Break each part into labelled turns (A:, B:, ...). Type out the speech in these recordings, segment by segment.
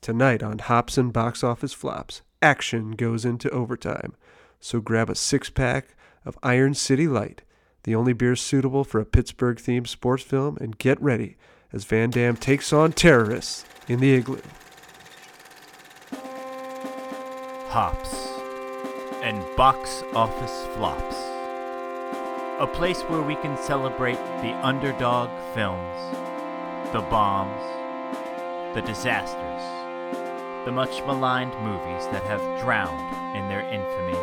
A: Tonight on Hobson Box Office Flops, action goes into overtime. So grab a six pack of Iron City Light, the only beer suitable for a Pittsburgh themed sports film, and get ready as Van Damme takes on terrorists in the igloo.
B: Hops and Box Office Flops. A place where we can celebrate the underdog films, the bombs, the disasters, the much maligned movies that have drowned in their infamy.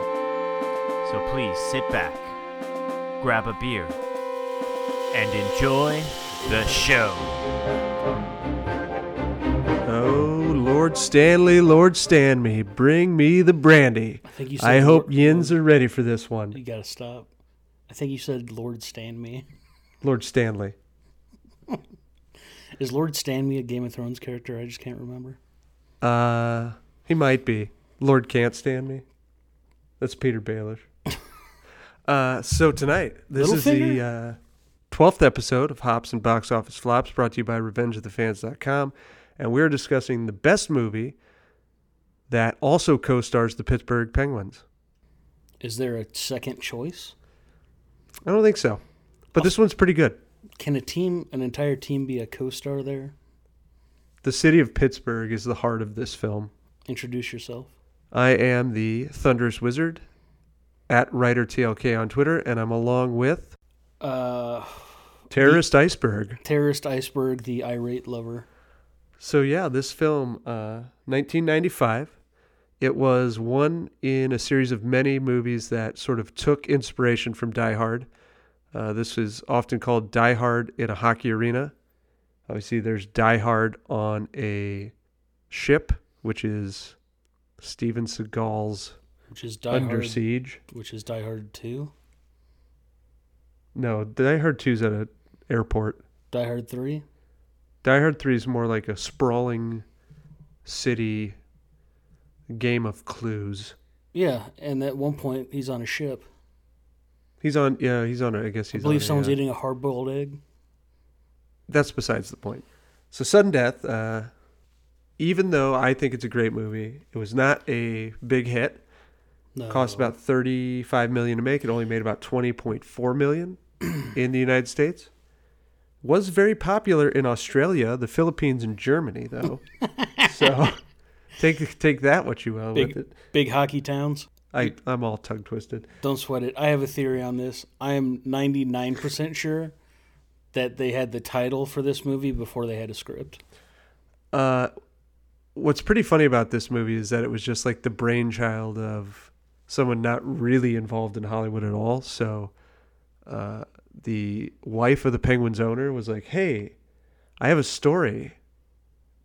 B: So please sit back, grab a beer, and enjoy the show.
A: Oh, Lord Stanley, Lord Stan me, bring me the brandy. I,
C: think you said
A: hope
C: Lord-
A: yins are ready for this one.
C: You gotta stop. I think you said Lord Stand Me.
A: Lord Stanley.
C: Is Lord Stand Me a Game of Thrones character? I just can't remember.
A: Uh, he might be. Lord can't stand me. That's Peter Baelish. uh, so tonight, this is the uh, 12th episode of Hops and Box Office Flops brought to you by RevengeOfTheFans.com. And we're discussing the best movie that also co stars the Pittsburgh Penguins.
C: Is there a second choice?
A: I don't think so. But this one's pretty good.
C: Can a team, an entire team, be a co-star there?
A: The city of Pittsburgh is the heart of this film.
C: Introduce yourself.
A: I am the Thunderous Wizard at WriterTLK on Twitter, and I'm along with
C: Uh,
A: Terrorist Iceberg.
C: terrorist iceberg, the irate lover.
A: So yeah, this film, uh, 1995, it was one in a series of many movies that sort of took inspiration from Die Hard. Uh, this is often called Die Hard in a hockey arena. Obviously, there's Die Hard on a ship, which is Steven Seagal's
C: Which is Die
A: Under
C: Hard.
A: Siege.
C: Which is Die Hard Two.
A: No, Die Hard 2's at an airport.
C: Die Hard Three.
A: Die Hard 3 is more like a sprawling city game of clues.
C: Yeah, and at one point he's on a ship.
A: He's on. Yeah, he's on. a- I guess
C: I
A: he's.
C: believe
A: on a,
C: someone's
A: uh,
C: eating a hard-boiled egg.
A: That's besides the point. So sudden death. Uh, even though I think it's a great movie, it was not a big hit.
C: No.
A: Cost about thirty-five million to make. It only made about twenty point four million in the United States. Was very popular in Australia, the Philippines, and Germany, though. so take take that what you will with
C: big,
A: it.
C: big hockey towns.
A: I I'm all tongue twisted.
C: Don't sweat it. I have a theory on this. I am 99% sure that they had the title for this movie before they had a script.
A: Uh, what's pretty funny about this movie is that it was just like the brainchild of someone not really involved in Hollywood at all. So uh, the wife of the Penguins owner was like, "Hey, I have a story."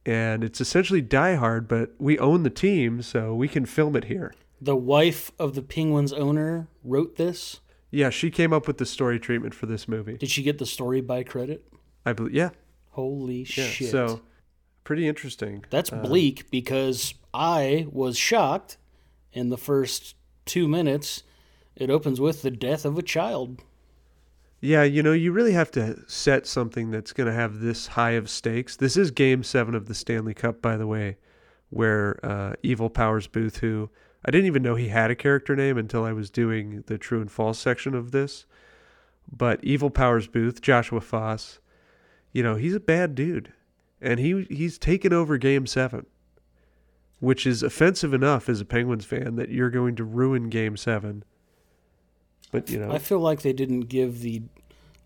A: And it's essentially Die Hard, but we own the team, so we can film it here.
C: The wife of the Penguins owner wrote this.
A: Yeah, she came up with the story treatment for this movie.
C: Did she get the story by credit?
A: I believe, yeah,
C: Holy
A: yeah.
C: shit.
A: So uh, pretty interesting.
C: That's bleak because I was shocked in the first two minutes. It opens with the death of a child.
A: Yeah, you know, you really have to set something that's going to have this high of stakes. This is Game Seven of the Stanley Cup, by the way, where uh, Evil Powers Booth, who I didn't even know he had a character name until I was doing the true and false section of this, but Evil Powers Booth, Joshua Foss, you know, he's a bad dude, and he he's taken over Game Seven, which is offensive enough as a Penguins fan that you're going to ruin Game Seven. But you know,
C: I feel like they didn't give the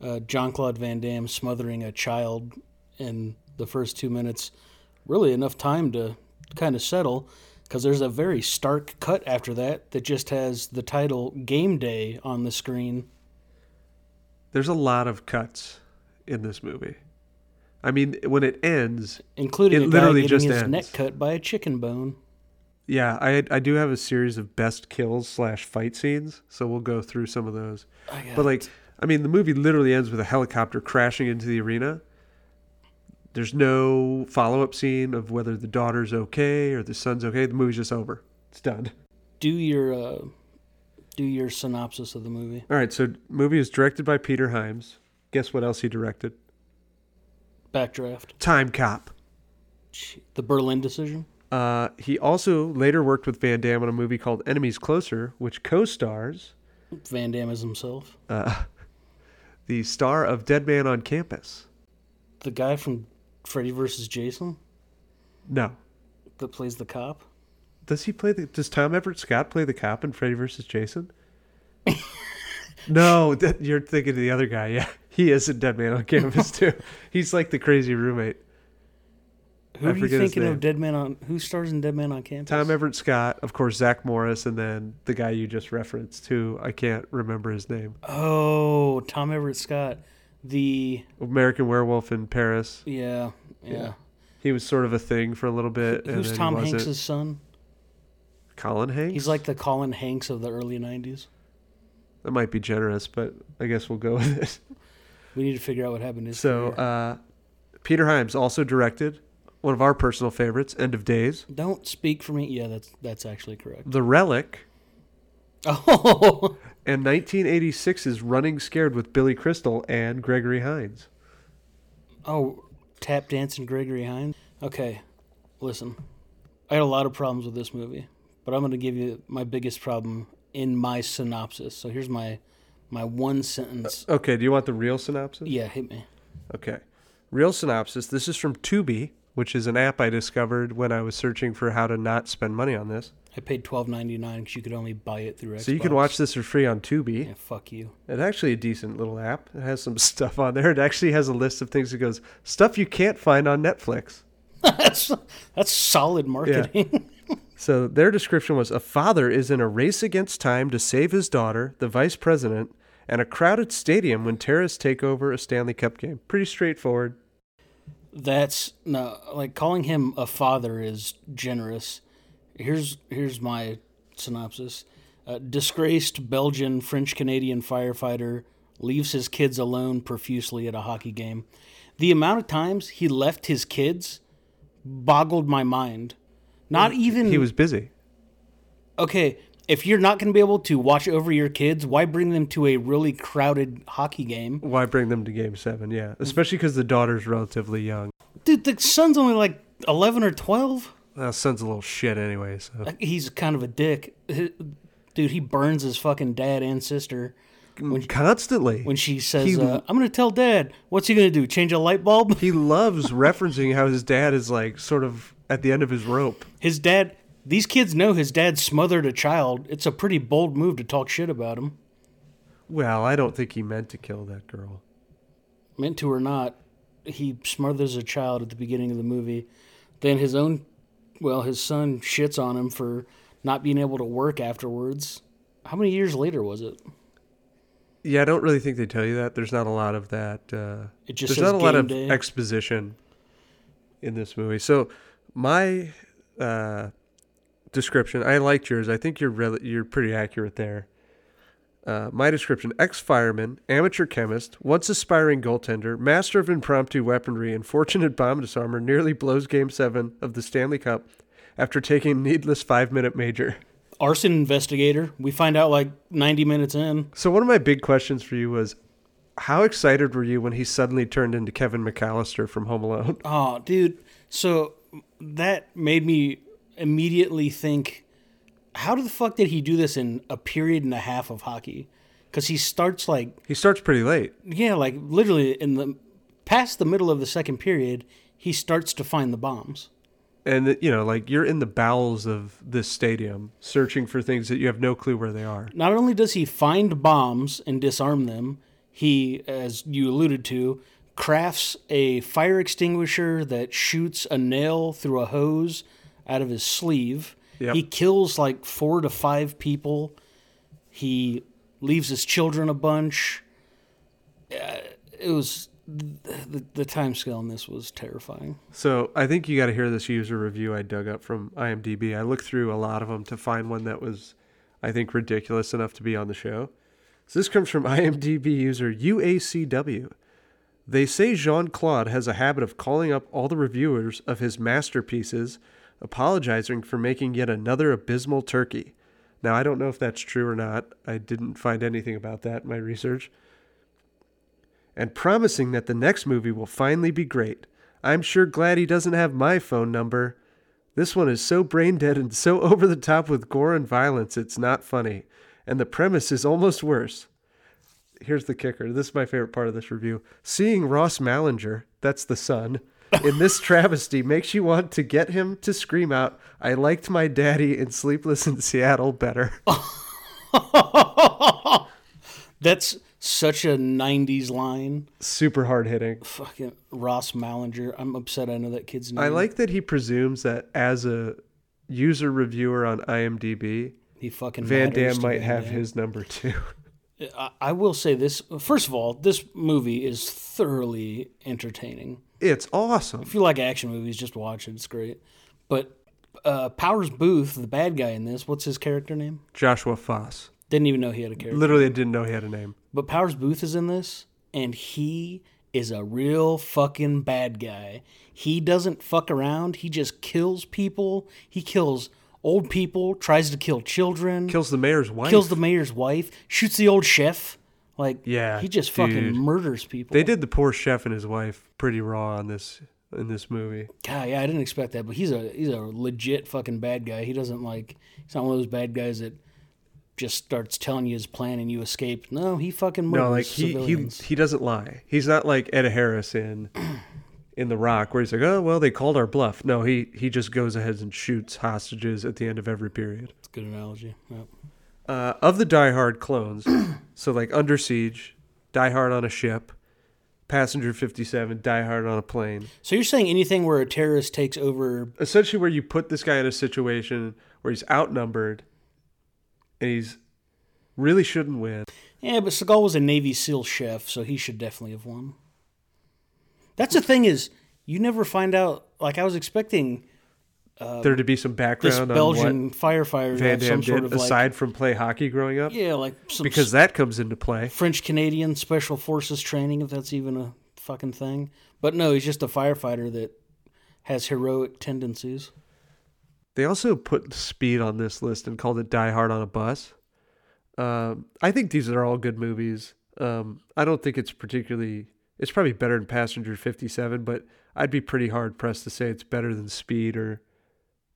C: uh, John Claude Van Damme smothering a child in the first two minutes really enough time to kind of settle because there's a very stark cut after that that just has the title Game Day on the screen.
A: There's a lot of cuts in this movie. I mean, when it ends,
C: Including
A: It
C: a
A: literally
C: guy getting
A: just
C: his
A: ends.
C: neck cut by a chicken bone.
A: yeah, I I do have a series of best kills slash fight scenes, so we'll go through some of those. But like, I mean, the movie literally ends with a helicopter crashing into the arena. There's no follow up scene of whether the daughter's okay or the son's okay. The movie's just over. It's done.
C: do your uh, do your synopsis of the movie.
A: All right. So, movie is directed by Peter Himes. Guess what else he directed?
C: Backdraft.
A: Time Cop.
C: Gee, The Berlin decision.
A: Uh, he also later worked with Van Damme on a movie called Enemies Closer, which co stars
C: Van Damme is himself.
A: uh, the star of Dead Man on Campus.
C: The guy from Freddy vs. Jason
A: No.
C: that plays the cop.
A: Does he play the. Does Tom Everett Scott play the cop in Freddy vs. Jason? no, that, you're thinking of the other guy. Yeah. He is in Dead Man on Campus, too. He's like the crazy roommate.
C: Who
A: I
C: are you
A: forget his
C: thinking
A: name.
C: of? Dead Man on who stars in Dead Man on Campus?
A: Tom Everett Scott, of course, Zach Morris, and then the guy you just referenced, who I can't remember his name.
C: Oh, Tom Everett Scott. The
A: American Werewolf in Paris.
C: yeah yeah.
A: He was sort of a thing for a little bit. and
C: Who's
A: then he
C: Tom
A: wasn't.
C: Hanks' son?
A: Colin Hanks?
C: He's like the Colin Hanks of the early '90s.
A: that might be generous, but I guess we'll go with it.
C: We need to figure out what happened. To his
A: So,
C: career.
A: uh, Peter Himes also directed one of our personal favorites, End of Days,
C: don't speak for me. Yeah, that's that's actually correct.
A: The Relic,
C: Oh,
A: and 1986's Running Scared with Billy Crystal and Gregory Hines.
C: oh, tap dancing Gregory Hines. Okay, listen, I had a lot of problems with this movie, but I'm going to give you my biggest problem in my synopsis. So here's my my one sentence.
A: Okay, do you want the real synopsis?
C: Yeah, hit me.
A: Okay. Real synopsis. This is from Tubi, which is an app I discovered when I was searching for how to not spend money on this.
C: I paid twelve ninety nine because you could only buy it through Xbox.
A: So you can watch this for free on Tubi.
C: Yeah, fuck you.
A: It's actually a decent little app. It has some stuff on there. It actually has a list of things that goes stuff you can't find on Netflix.
C: that's that's solid marketing.
A: So their description was a father is in a race against time to save his daughter, the vice president, and a crowded stadium when terrorists take over a Stanley Cup game. Pretty straightforward.
C: That's no like calling him a father is generous. Here's here's my synopsis: uh, disgraced Belgian French Canadian firefighter leaves his kids alone profusely at a hockey game. The amount of times he left his kids boggled my mind. Not even
A: He was busy.
C: okay, if you're not going to be able to watch over your kids, why bring them to a really crowded hockey game?
A: Why bring them to game seven? Yeah. Especially because the daughter's relatively young.
C: Dude, the son's only like 11 or 12.
A: That son's a little shit anyway. So
C: He's kind of a dick. Dude, he burns his fucking dad and sister
A: constantly
C: when she says,
A: He-
C: uh, I'm going to tell dad. What's he going to do? Change a light bulb?
A: he loves referencing how his dad is like sort of at the end of his rope.
C: His dad, these kids know his dad smothered a child. It's a pretty bold move to talk shit about him.
A: Well, I don't think he meant to kill that girl.
C: meant to or not, he smothers a child at the beginning of the movie. Then his own, well, his son shits on him for not being able to work afterwards. How many years later was it?
A: Yeah, I don't really think they tell you that. There's not a lot of that. Uh,
C: It just
A: there's
C: says
A: not a lot
C: game
A: of
C: day.
A: exposition in this movie. So my uh, description, I liked yours. I think you're rel- you're pretty accurate there. Uh, my description: ex-fireman, amateur chemist, once aspiring goaltender, master of impromptu weaponry, and fortunate bomb disarmer, nearly blows Game Seven of the Stanley Cup after taking needless five-minute major.
C: Arson investigator. We find out like 90 minutes in.
A: So one of my big questions for you was, how excited were you when he suddenly turned into Kevin McAllister from Home Alone?
C: Oh, dude. So that made me immediately think how the fuck did he do this in a period and a half of hockey? Because he starts like
A: He starts pretty late.
C: Yeah, like literally in the past the middle of the second period, he starts to find the bombs.
A: And you know, like you're in the bowels of this stadium searching for things that you have no clue where they are.
C: Not only does he find bombs and disarm them, he, as you alluded to, crafts a fire extinguisher that shoots a nail through a hose out of his sleeve.
A: Yep.
C: He kills like four to five people. He leaves his children a bunch. Uh, it was the, the time scale in this was terrifying.
A: So I think you got to hear this user review I dug up from IMDb. I looked through a lot of them to find one that was, I think, ridiculous enough to be on the show. So this comes from IMDb user UACW. They say Jean Claude has a habit of calling up all the reviewers of his masterpieces, apologizing for making yet another abysmal turkey. Now, I don't know if that's true or not. I didn't find anything about that in my research and promising that the next movie will finally be great. I'm sure glad he doesn't have my phone number. This one is so brain dead and so over the top with gore and violence, it's not funny. And the premise is almost worse. Here's the kicker. This is my favorite part of this review. Seeing Ross Malinger, that's the son, in this travesty makes you want to get him to scream out, I liked my daddy in Sleepless in Seattle better.
C: That's such a 90s line.
A: Super hard hitting.
C: Fucking Ross Malinger. I'm upset I know that kid's name.
A: I like that he presumes that as a user reviewer on IMDb,
C: he fucking
A: Van
C: matters
A: Damme
C: to
A: might
C: Van
A: have
C: Damme.
A: his number too.
C: I, I will say this. First of all, this movie is thoroughly entertaining.
A: It's awesome.
C: If you like action movies, just watch it. It's great. But uh, Powers Booth, the bad guy in this, what's his character name?
A: Joshua Foss.
C: Didn't even know he had a character.
A: Literally, I didn't know he had a name.
C: But Powers Booth is in this, and he is a real fucking bad guy. He doesn't fuck around. He just kills people. He kills old people, tries to kill children,
A: Kills the mayor's wife.
C: kills the mayor's wife, shoots the old chef. Like,
A: Yeah,
C: he just fucking
A: dude.
C: murders people.
A: they did the poor chef and his wife pretty raw on this in this movie.
C: God, yeah, I didn't expect that, but he's a he's a legit fucking bad guy. He doesn't like he's not one of those bad guys that just starts telling you his plan and you escape. No, he fucking murders
A: No, like he, he
C: civilians.
A: he doesn't lie. He's not like Ed Harris in in The Rock, where he's like, oh well, they called our bluff. No, he he just goes ahead and shoots hostages at the end of every period.
C: That's a good analogy. Yep.
A: uh, of the Die Hard clones, so like Under Siege, Die Hard on a ship, Passenger 57, Die Hard on a plane.
C: So you're saying anything where a terrorist takes over?
A: Essentially, where you put this guy in a situation where he's outnumbered and he's really shouldn't win.
C: Yeah, but Seagal was a Navy SEAL chef, so he should definitely have won. That's the thing is, you never find out. Like I was expecting
A: there to be some
C: Um, this
A: background on what
C: Belgian firefighter to
A: Van
C: have
A: Damme
C: some
A: did
C: sort of
A: aside
C: like
A: from play hockey growing up,
C: yeah, like some
A: because that comes into play.
C: French Canadian Special Forces training, if that's even a fucking thing. But no, he's just a firefighter that has heroic tendencies.
A: They also put Speed on this list and called it Die Hard on a Bus. Um, I think these are all good movies. Um, I don't think it's particularly. It's probably better than Passenger 57, but I'd be pretty hard pressed to say it's better than Speed or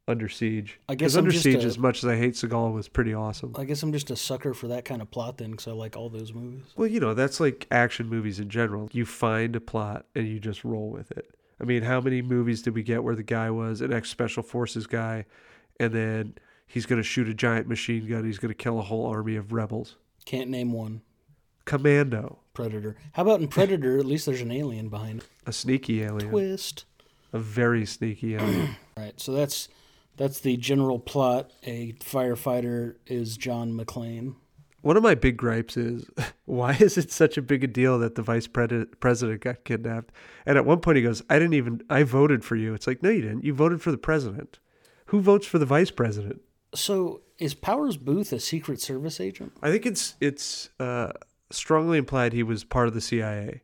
A: Under Siege.
C: I guess
A: 'Cause
C: I'm
A: Under
C: just
A: Siege,
C: a-
A: as much as I hate Seagal, was pretty awesome.
C: I guess I'm just a sucker for that kind of plot then, because I like all those movies.
A: Well, you know, that's like action movies in general. You find a plot and you just roll with it. I mean, how many movies did we get where the guy was an ex special forces guy and then he's going to shoot a giant machine gun, he's going to kill a whole army of rebels?
C: Can't name one.
A: Commando,
C: Predator. How about in Predator? At least there's an alien behind it.
A: a sneaky alien,
C: Twist.
A: a very sneaky alien.
C: All right, so that's that's the general plot. A firefighter is John McClane.
A: One of my big gripes is why is it such a big a deal that the vice pred- president got kidnapped? And at one point he goes, I didn't even, I voted for you. It's like, no, you didn't. You voted for the president. Who votes for the vice president?
C: So is Powers Booth a Secret Service agent?
A: I think it's it's uh, strongly implied he was part of the CIA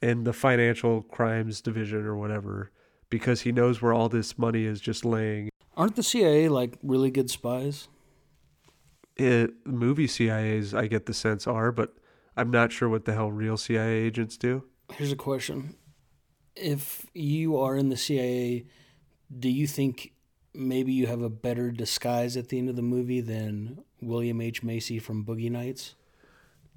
A: and the financial crimes division or whatever because he knows where all this money is just laying.
C: Aren't the CIA like really good spies?
A: It, movie CIAs, I get the sense are, but I'm not sure what the hell real CIA agents do.
C: Here's a question. If you are in the CIA, do you think maybe you have a better disguise at the end of the movie than William H. Macy from Boogie Nights?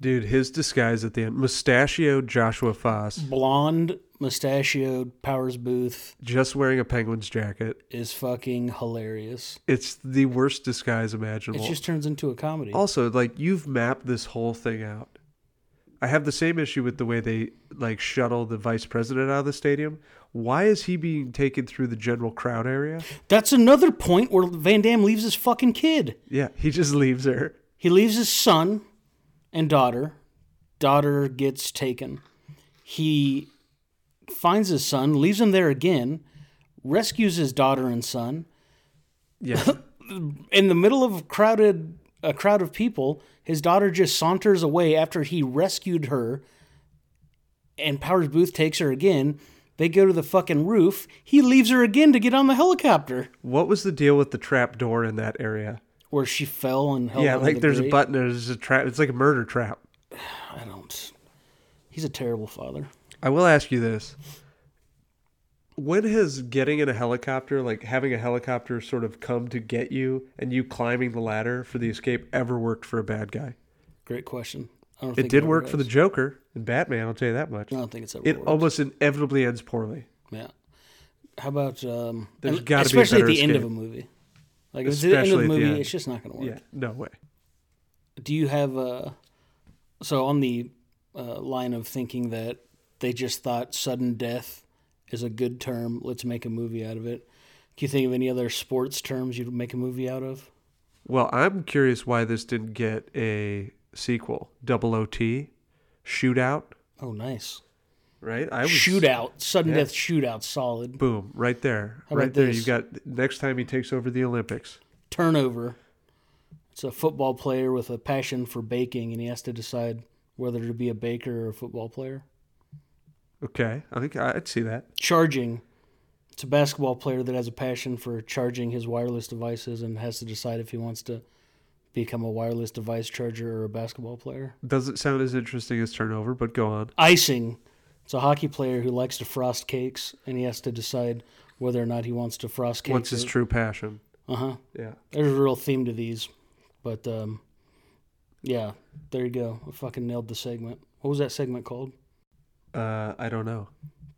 A: Dude, his disguise at the end, mustachioed Joshua Foss,
C: Blonde, mustachioed Powers Booth
A: just wearing a penguin's jacket.
C: is fucking hilarious.
A: It's the worst disguise
C: It
A: imaginable.
C: just turns into a comedy.
A: also like you've mapped this whole thing out i have the same issue with the way they like shuttle the vice president out of the stadium why is he being taken through the general crowd area
C: That's another point where Van Damme leaves his fucking kid.
A: yeah he just leaves her
C: He leaves his son and daughter. Daughter gets taken. He finds his son, leaves him there again, rescues his daughter and son.
A: yeah
C: In the middle of crowded a crowd of people, his daughter just saunters away after he rescued her and Powers Booth takes her again. They go to the fucking roof. He leaves her again to get on the helicopter
A: what was the deal with the trap door in that area
C: where she fell and held
A: yeah
C: onto
A: like
C: the
A: there's a
C: grate.
A: button there's a trap it's like a murder trap
C: I don't. He's a terrible father.
A: i will ask you this when has getting in a helicopter, like having a helicopter sort of come to get you and you climbing the ladder for the escape, ever worked for a bad guy?
C: Great question. I don't
A: It did work for the Joker and Batman, I'll tell you that much.
C: I don't think it's ever.
A: it
C: worked.
A: almost inevitably ends poorly.
C: Yeah. How about um?
A: There's
C: and
A: gotta be a
C: especially at
A: better
C: the end of a
A: escape.
C: movie. Like if it's the end of
A: Especially at
C: the
A: the
C: movie,
A: end.
C: it's just not going to work.
A: Yeah, no way.
C: Do you have a? So on the uh, line of thinking that they just thought sudden death is a good term. Let's make a movie out of it. Can you think of any other sports terms you'd make a movie out of?
A: Well, I'm curious why this didn't get a sequel. Double OT, shootout,
C: Oh, nice.
A: right? I
C: shootout, sudden
A: Yeah.
C: death shootout, solid
A: Boom, right there.
C: How
A: right
C: about
A: there.
C: this?
A: You got next time he takes over the Olympics.
C: turnover. It's a football player with a passion for baking, and he has to decide whether to be a baker or a football player.
A: Okay, I think I'd see that.
C: Charging. It's a basketball player that has a passion for charging his wireless devices and has to decide if he wants to become a wireless device charger or a basketball player.
A: Doesn't sound as interesting as turnover, but go on.
C: Icing. It's a hockey player who likes to frost cakes, and he has to decide whether or not he wants to frost cakes.
A: What's his true passion?
C: Uh huh.
A: Yeah.
C: There's a real theme to these, but um, yeah, there you go. I fucking nailed the segment. What was that segment called?
A: Uh, I don't know.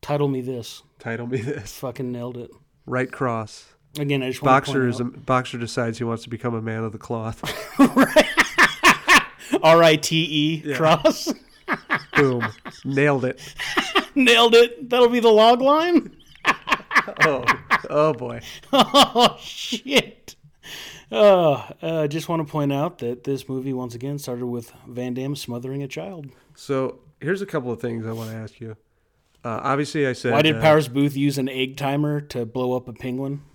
C: Title me this.
A: Title me this.
C: Fucking nailed it.
A: Right cross.
C: Again, I just want
A: Boxer
C: to
A: is a, boxer decides he wants to become a man of the cloth.
C: R I T E cross.
A: Boom. Nailed it.
C: nailed it. That'll be the log line.
A: Oh, oh boy.
C: oh shit. Uh, uh, just want to point out that this movie once again started with Van Damme smothering a child.
A: So here's a couple of things I want to ask you. Uh, obviously, I said
C: Why did
A: uh,
C: Powers Booth use an egg timer to blow up a penguin?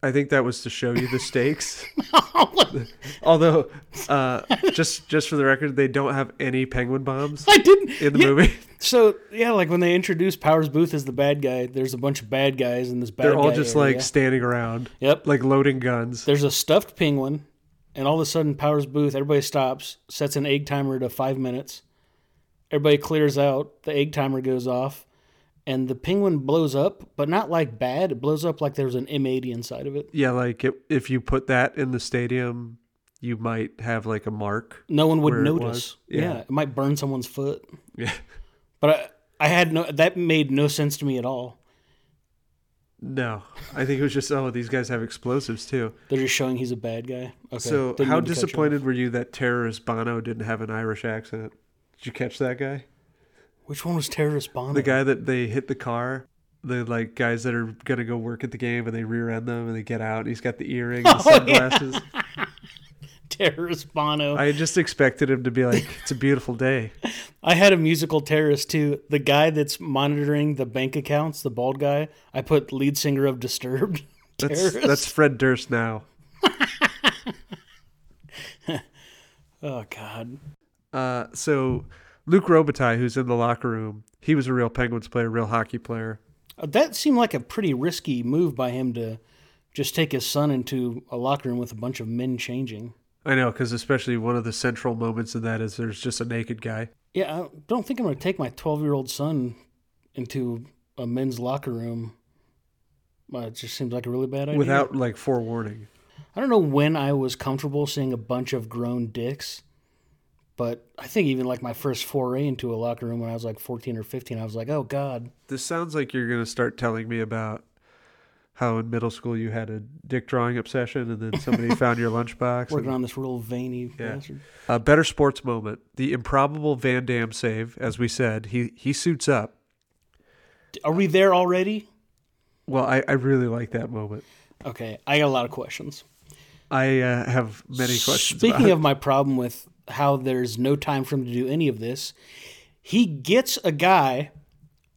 A: I think that was to show you the stakes.
C: Oh,
A: Although, uh, just just for the record, they don't have any penguin bombs
C: I didn't.
A: in the
C: Yeah,
A: movie.
C: So yeah, like when they introduce Powers Booth as the bad guy, there's a bunch of bad guys in this bad.
A: They're all
C: guy
A: just
C: area.
A: like standing around,
C: yep.
A: like loading guns.
C: there's a stuffed penguin, and all of a sudden Powers Booth, everybody stops, sets an egg timer to five minutes. Everybody clears out. The egg timer goes off, and the penguin blows up, but not like bad. It blows up like there's an M80 inside of it.
A: Yeah, like it, if you put that in the stadium, you might have like a mark.
C: No one would
A: Where it was.
C: notice.
A: Yeah.
C: yeah, it might burn someone's foot.
A: Yeah.
C: But I, I had no. That made no sense to me at all.
A: No, I think it was just oh these guys have explosives too.
C: They're just showing he's a bad guy. Okay.
A: So how
C: didn't mean to cut you off.
A: disappointed were you that terrorist Bono didn't have an Irish accent? Did you catch that guy?
C: Which one was terrorist Bono?
A: The guy that they hit the car, the like guys that are gonna go work at the game and they rear end them and they get out and he's got the earring and the
C: Oh,
A: sunglasses.
C: terrorist Bono. I,
A: I just expected him to be like, It's a beautiful day.
C: had a musical terrorist too. The guy that's monitoring the bank accounts, the bald guy. I put lead singer of Disturbed.
A: That's
C: terrorist.
A: that's Fred Durst now.
C: oh God.
A: Uh, so Luke Robitaille, who's in the locker room, he was a real Penguins player, real hockey player.
C: Uh, That seemed like a pretty risky move by him to just take his son into a locker room with a bunch of men changing.
A: I know, because especially one of the central moments of that is there's just a naked guy.
C: Yeah, I don't think I'm going to take my 12 year old son into a men's locker room. Uh, it just seems like a really bad idea.
A: without like forewarning.
C: I don't know when I was comfortable seeing a bunch of grown dicks, but I think even like my first foray into a locker room when I was like 14 or 15, I was like, oh God.
A: This sounds like you're going to start telling me about how in middle school you had a dick drawing obsession and then somebody found your lunchbox.
C: Working
A: and-
C: on this real veiny
A: Yeah.
C: bastard.
A: A better sports moment. The improbable Van Dam save, as we said, he, he suits up.
C: Are we there already?
A: Well, I, I really like that moment.
C: Okay, I got a lot of questions.
A: I uh, have many questions. about
C: Speaking
A: it.
C: of my problem with how there's no time for him to do any of this, he gets a guy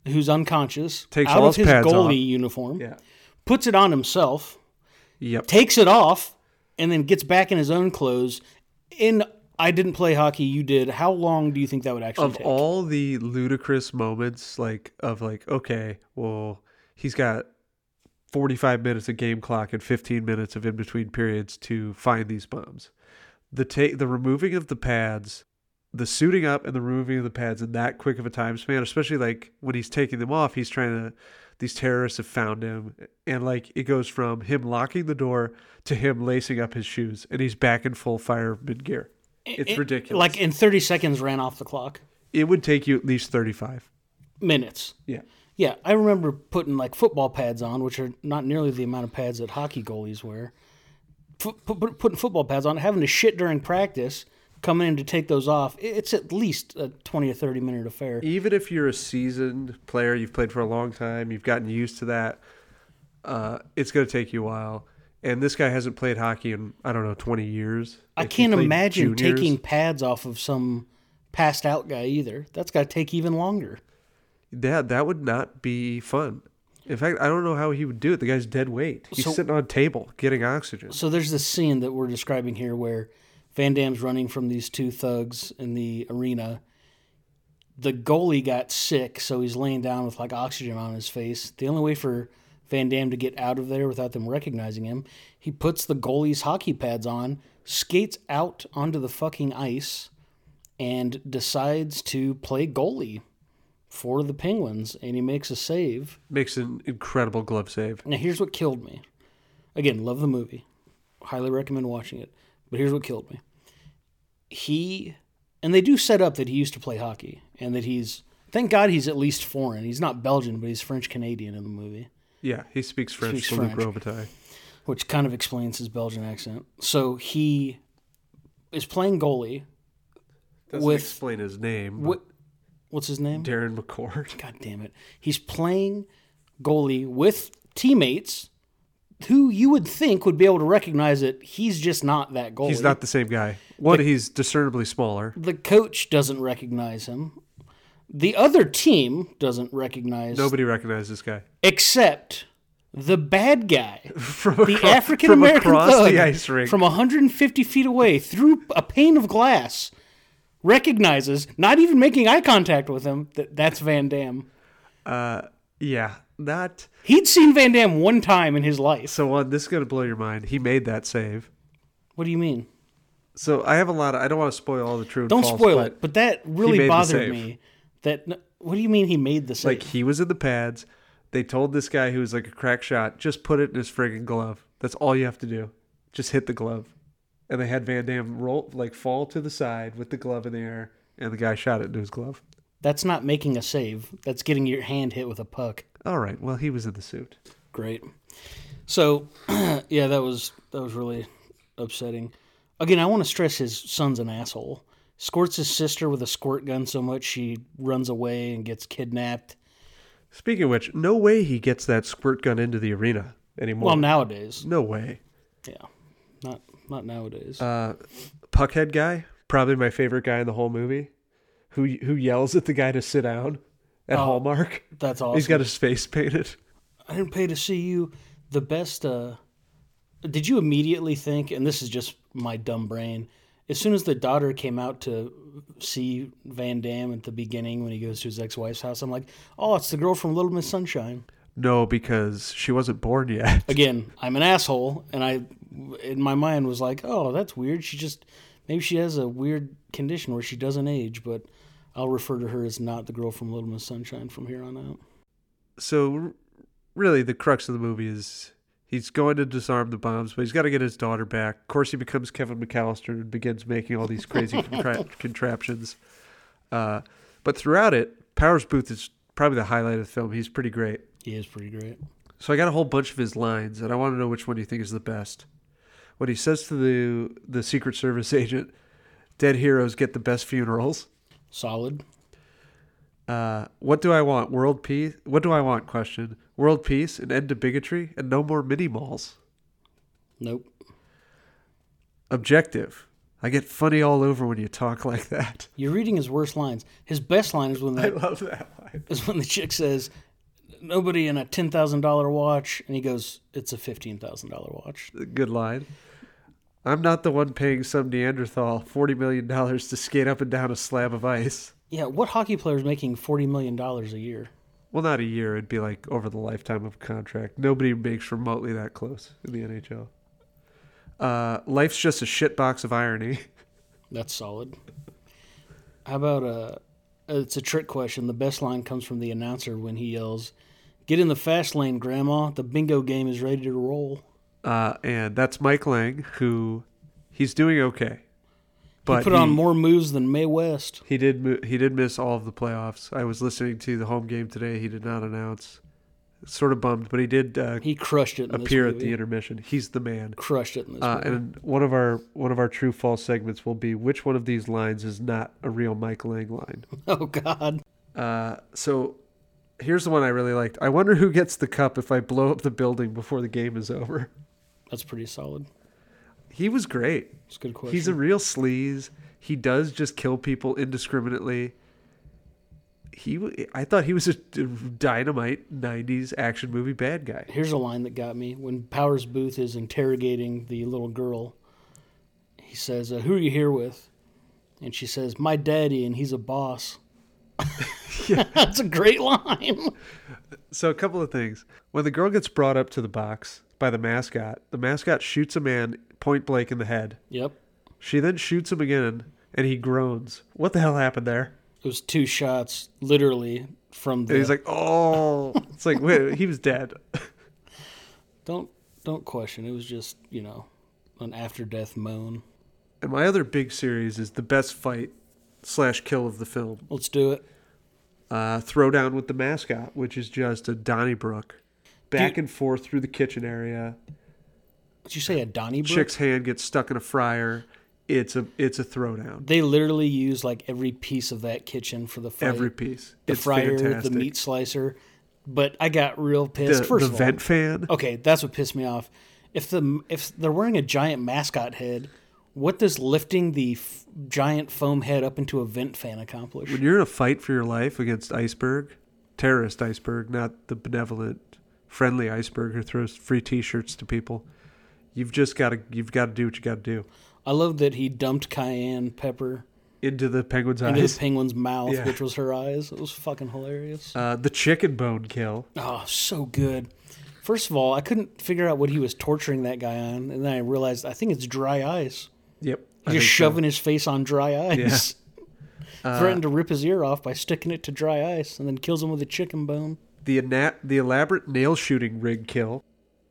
C: who's unconscious
A: Takes
C: out
A: all
C: of
A: his
C: his
A: pads
C: goalie
A: off.
C: uniform,
A: Yeah.
C: puts it on himself,
A: Yep.
C: takes it off, and then gets back in his own clothes. In I didn't play hockey, you did. How long do you think that would actually
A: of
C: take?
A: all the ludicrous moments like of like okay well he's got 45 minutes of game clock and 15 minutes of in between periods to find these bombs the ta- the removing of the pads the suiting up and the removing of the pads in that quick of a time span especially like when he's taking them off he's trying to these terrorists have found him and like it goes from him locking the door to him lacing up his shoes and he's back in full fireman gear it's
C: It-
A: ridiculous
C: Like in 30 seconds ran off the clock.
A: it would take you at least 35
C: Minutes.
A: yeah
C: Yeah, I remember putting like football pads on, which are not nearly the amount of pads that hockey goalies wear. Put, put, putting football pads on, having to shit during practice, coming in to take those off. i- It's at least a 20 or 30 minute affair.
A: even if you're a seasoned player, you've played for a long time, you've gotten used to that, uh, it's going to take you a while. And this guy hasn't played hockey in, I don't know, 20 years.
C: I
A: If he
C: can't
A: played
C: imagine
A: juniors-
C: taking pads off of some passed out guy either. That's got to take even longer.
A: That, that would not be fun. In fact, I don't know how he would do it. The guy's dead weight. He's
C: So-
A: sitting on a table getting oxygen.
C: So there's this scene that we're describing here where Van Damme's running from these two thugs in the arena. The goalie got sick, so he's laying down with like oxygen on his face. The only way for Van Damme to get out of there without them recognizing him, he puts the goalie's hockey pads on, skates out onto the fucking ice, and decides to play goalie for the Penguins. And he makes a save.
A: Makes an incredible glove save.
C: Now, here's what killed me. Again, love the movie. Highly recommend watching it. But here's what killed me. He, and they do set up that he used to play hockey and that he's, thank God he's at least foreign. He's not Belgian, but he's French Canadian in the movie,
A: Yeah, he speaks French
C: Speaks
A: to Luke
C: French.
A: Robitaille.
C: which kind of explains his Belgian accent. So he is playing goalie.
A: Doesn't
C: With-
A: explain his name.
C: What, what's his name?
A: Darren McCord.
C: God damn it. He's playing goalie with teammates who you would think would be able to recognize that he's just not that goalie.
A: He's not the same guy. One, he's discernibly smaller.
C: The coach doesn't recognize him. The other team doesn't recognize
A: Nobody recognizes this guy.
C: except the bad guy,
A: From
C: the
A: acro-
C: African American
A: from across
C: thug
A: the ice rink.
C: from 150 feet away through a pane of glass recognizes, not even making eye contact with him, that that's Van Damme.
A: Yeah, that.
C: He'd seen Van Damme one time in his life.
A: So on this is gonna blow your mind. He made that save.
C: What do you mean?
A: So I have a lot. Of, I don't want to spoil all the true. and
C: Don't
A: false,
C: spoil
A: but,
C: it. But that
A: made
C: really
A: the
C: bothered
A: save.
C: me. That what do you mean he made the save?
A: Like he was in the pads. They told this guy who was like a crack shot, just put it in his friggin' glove. That's all you have to do. Just hit the glove. And they had Van Damme roll like fall to the side with the glove in the air, and the guy shot it into his glove.
C: That's not making a save. That's getting your hand hit with a puck.
A: All right. Well, he was in the suit.
C: Great. So, yeah, that was that was really upsetting. Again, I want to stress his son's an asshole. Squirts his sister with a squirt gun so much she runs away and gets kidnapped.
A: Speaking of which, no way he gets that squirt gun into the arena anymore.
C: Well, nowadays,
A: no way.
C: yeah, not not nowadays.
A: uh, puckhead guy, probably my favorite guy in the whole movie, who who yells at the guy to sit down at Hallmark.
C: That's awesome.
A: He's got his face painted.
C: I didn't pay to see you. The best. Uh, did you immediately think? And this is just my dumb brain. As soon as the daughter came out to see Van Damme at the beginning when he goes to his ex-wife's house, I'm like, oh, it's the girl from Little Miss Sunshine.
A: No, because she wasn't born yet.
C: Again, I'm an asshole, and I, in my mind, was like, oh, that's weird. She just maybe she has a weird condition where she doesn't age, but. I'll refer to her as not the girl from Little Miss Sunshine from here on out.
A: So r- really, the crux of the movie is he's going to disarm the bombs, but he's got to get his daughter back. Of course, he becomes Kevin McAllister and begins making all these crazy contra- contraptions. Uh, but throughout it, Powers Booth is probably the highlight of the film. He's pretty great.
C: He is pretty great.
A: So I got a whole bunch of his lines, and I want to know which one you think is the best. What he says to the the Secret Service agent: "Dead heroes get the best funerals."
C: Solid.
A: Uh, what do I want? World peace? What do I want? Question: World peace, an end to bigotry, and no more mini malls.
C: Nope.
A: Objective: I get funny all over when you talk like that.
C: You're reading his worst lines. His best line is when
A: I
C: the
A: love that line.
C: is when the chick says, "Nobody in a ten thousand dollar watch," and he goes, "It's a fifteen thousand dollar watch."
A: Good line. I'm not the one paying some Neanderthal forty million dollars to skate up and down a slab of ice.
C: Yeah, what hockey player is making forty million dollars a year?
A: Well, not a year. It'd be like over the lifetime of a contract. Nobody makes remotely that close in the NHL. Uh, life's just a shitbox of irony.
C: That's solid. uh, How about uh, it's a trick question. The best line comes from the announcer when he yells, Get in the fast lane, Grandma. The bingo game is ready to roll.
A: Uh, and that's Mike Lang, who he's doing okay. But
C: he put on more moves than May West.
A: He did. Mo- he did miss all of the playoffs. I was listening to the home game today. He did not announce. Sort of bummed, but he did uh,
C: He crushed it. In this
A: appear at
C: movie.
A: the intermission. He's the man.
C: Crushed it in this
A: Uh,
C: movie.
A: and one of our one of our true false segments will be which one of these lines is not a real Mike Lang line.
C: Oh God.
A: Uh, so here's the one I really liked. I wonder who gets the cup if I blow up the building before the game is over.
C: That's pretty solid.
A: He was great.
C: It's a good question.
A: He's a real sleaze. He does just kill people indiscriminately. He, w- I thought he was a d- dynamite '90s action movie bad guy.
C: Here's a line that got me. When Powers Booth is interrogating the little girl, he says, uh, Who are you here with? And she says, My daddy, and he's a boss. That's a great line.
A: So a couple of things. When the girl gets brought up to the box by the mascot, the mascot shoots a man point blank in the head.
C: Yep.
A: She then shoots him again, and he groans. What the hell happened there?
C: It was two shots, literally, from the.
A: And he's like, "Oh, it's like wait, he was dead."
C: Don't don't question. It was just, you know, an after death moan.
A: And my other big series is the best fight slash kill of the film,
C: Let's do it.
A: uh, Throwdown with the mascot, which is just a Donnybrook, back
C: Dude.
A: and forth through the kitchen area.
C: Did you say a Donnybrook?
A: Chick's hand gets stuck in a fryer. It's a it's a throwdown.
C: They literally use like every piece of that kitchen for the fight.
A: Every piece.
C: the
A: it's
C: fryer,
A: fantastic.
C: the meat slicer. But I got real
A: the,
C: pissed. First
A: the
C: of
A: vent
C: all,
A: fan.
C: okay, that's what pissed me off. If the if they're wearing a giant mascot head, what does lifting the f- giant foam head up into a vent fan accomplish?
A: When you're in a fight for your life against iceberg, terrorist iceberg, not the benevolent, friendly iceberg who throws free T-shirts to people, you've just got to you've got to do what you got to do
C: I love that he dumped cayenne pepper
A: into the penguin's
C: into
A: eyes.
C: the penguin's mouth,
A: Uh, Yeah.
C: which was her eyes. It was fucking hilarious.
A: uh, the chicken bone kill.
C: Oh, so good. First of all, I couldn't figure out what he was torturing that guy on, and then I realized I think it's dry ice.
A: Yep. I
C: Just
A: think so. Uh,
C: shoving his face on dry ice. Threatened to rip his ear off by sticking it to dry ice and then kills him with a chicken bone.
A: the ena- the elaborate nail shooting rig kill.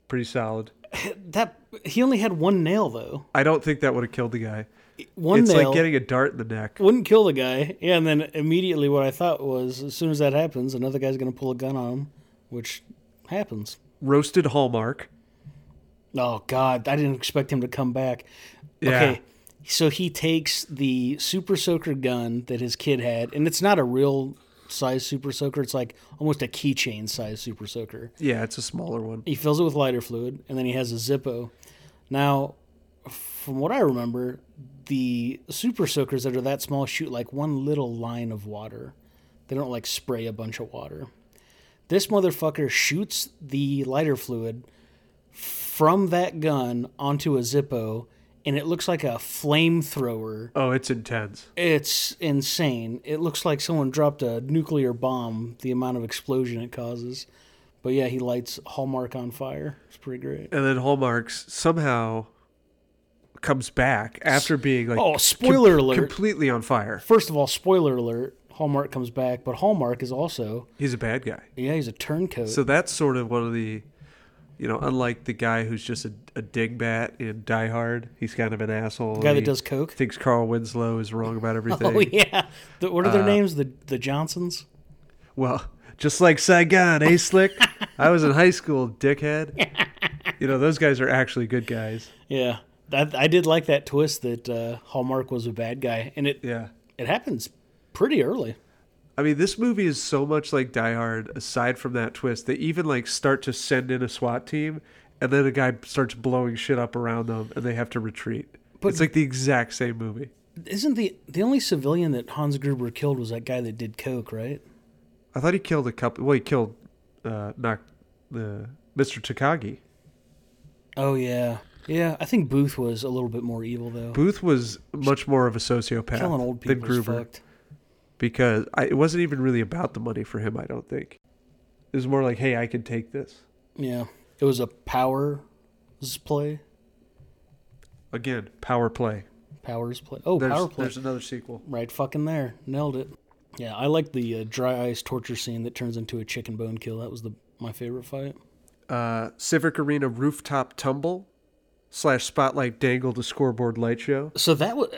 A: Pretty solid.
C: That he only had one nail though.
A: I don't think that would have killed the guy.
C: One
A: it's
C: nail
A: like getting a dart in the neck.
C: wouldn't kill the guy. Yeah, and then immediately what I thought was as soon as that happens, another guy's gonna pull a gun on him, which happens.
A: Roasted hallmark.
C: Oh God, I didn't expect him to come back.
A: Yeah.
C: Okay, so he takes the Super Soaker gun that his kid had, and it's not a real size Super Soaker. It's like almost a keychain size Super Soaker.
A: Yeah, it's a smaller one.
C: He fills it with lighter fluid, and then he has a Zippo. Now, from what I remember, the Super Soakers that are that small shoot like one little line of water. They don't like spray a bunch of water. This motherfucker shoots the lighter fluid from that gun onto a Zippo, and it looks like a flamethrower.
A: Oh, it's intense.
C: It's insane. It looks like someone dropped a nuclear bomb, the amount of explosion it causes. But yeah, he lights Hallmark on fire. It's pretty great.
A: and then Hallmarks somehow comes back after being like
C: Oh, spoiler alert.
A: completely on fire.
C: First of all, spoiler alert Hallmark comes back, but Hallmark is also,
A: He's a bad guy.
C: yeah, he's a turncoat.
A: So that's sort of one of the, you know, unlike the guy who's just a, a dingbat in Die Hard, he's kind of an asshole.
C: the guy
A: and
C: that
A: he
C: does Coke.
A: thinks Carl Winslow is wrong about everything.
C: Oh, yeah. The, what are their names? The, the Johnsons?
A: Well, just like Saigon, eh, Slick? I was in high school, dickhead. you know, those guys are actually good guys.
C: Yeah. That, I did like that twist that uh, Hallmark was a bad guy, and it,
A: Yeah.
C: it happens pretty early.
A: I mean, this movie is so much like Die Hard. Aside from that twist, they even like start to send in a SWAT team, and then a guy starts blowing shit up around them, and they have to retreat. it's like the exact same movie.
C: Isn't the the only civilian that Hans Gruber killed was that guy that did coke, right?
A: I thought he killed a couple. Well, he killed, uh, not the Mr. Takagi.
C: Oh yeah, yeah. I think Booth was a little bit more evil though.
A: Booth was much more of a sociopath
C: Killing old
A: than
C: people is
A: Gruber
C: fucked.
A: because I, it wasn't even really about the money for him. I don't think it was more like, "Hey, I can take this."
C: Yeah, it was a powers play.
A: Again, power play.
C: Powers play. Oh,
A: There's,
C: power play.
A: there's another sequel.
C: Right fucking there, nailed it. Yeah, I like the uh, dry ice torture scene that turns into a chicken bone kill. That was the My favorite fight.
A: Uh, Civic Arena rooftop tumble slash spotlight dangle to scoreboard light show.
C: So that was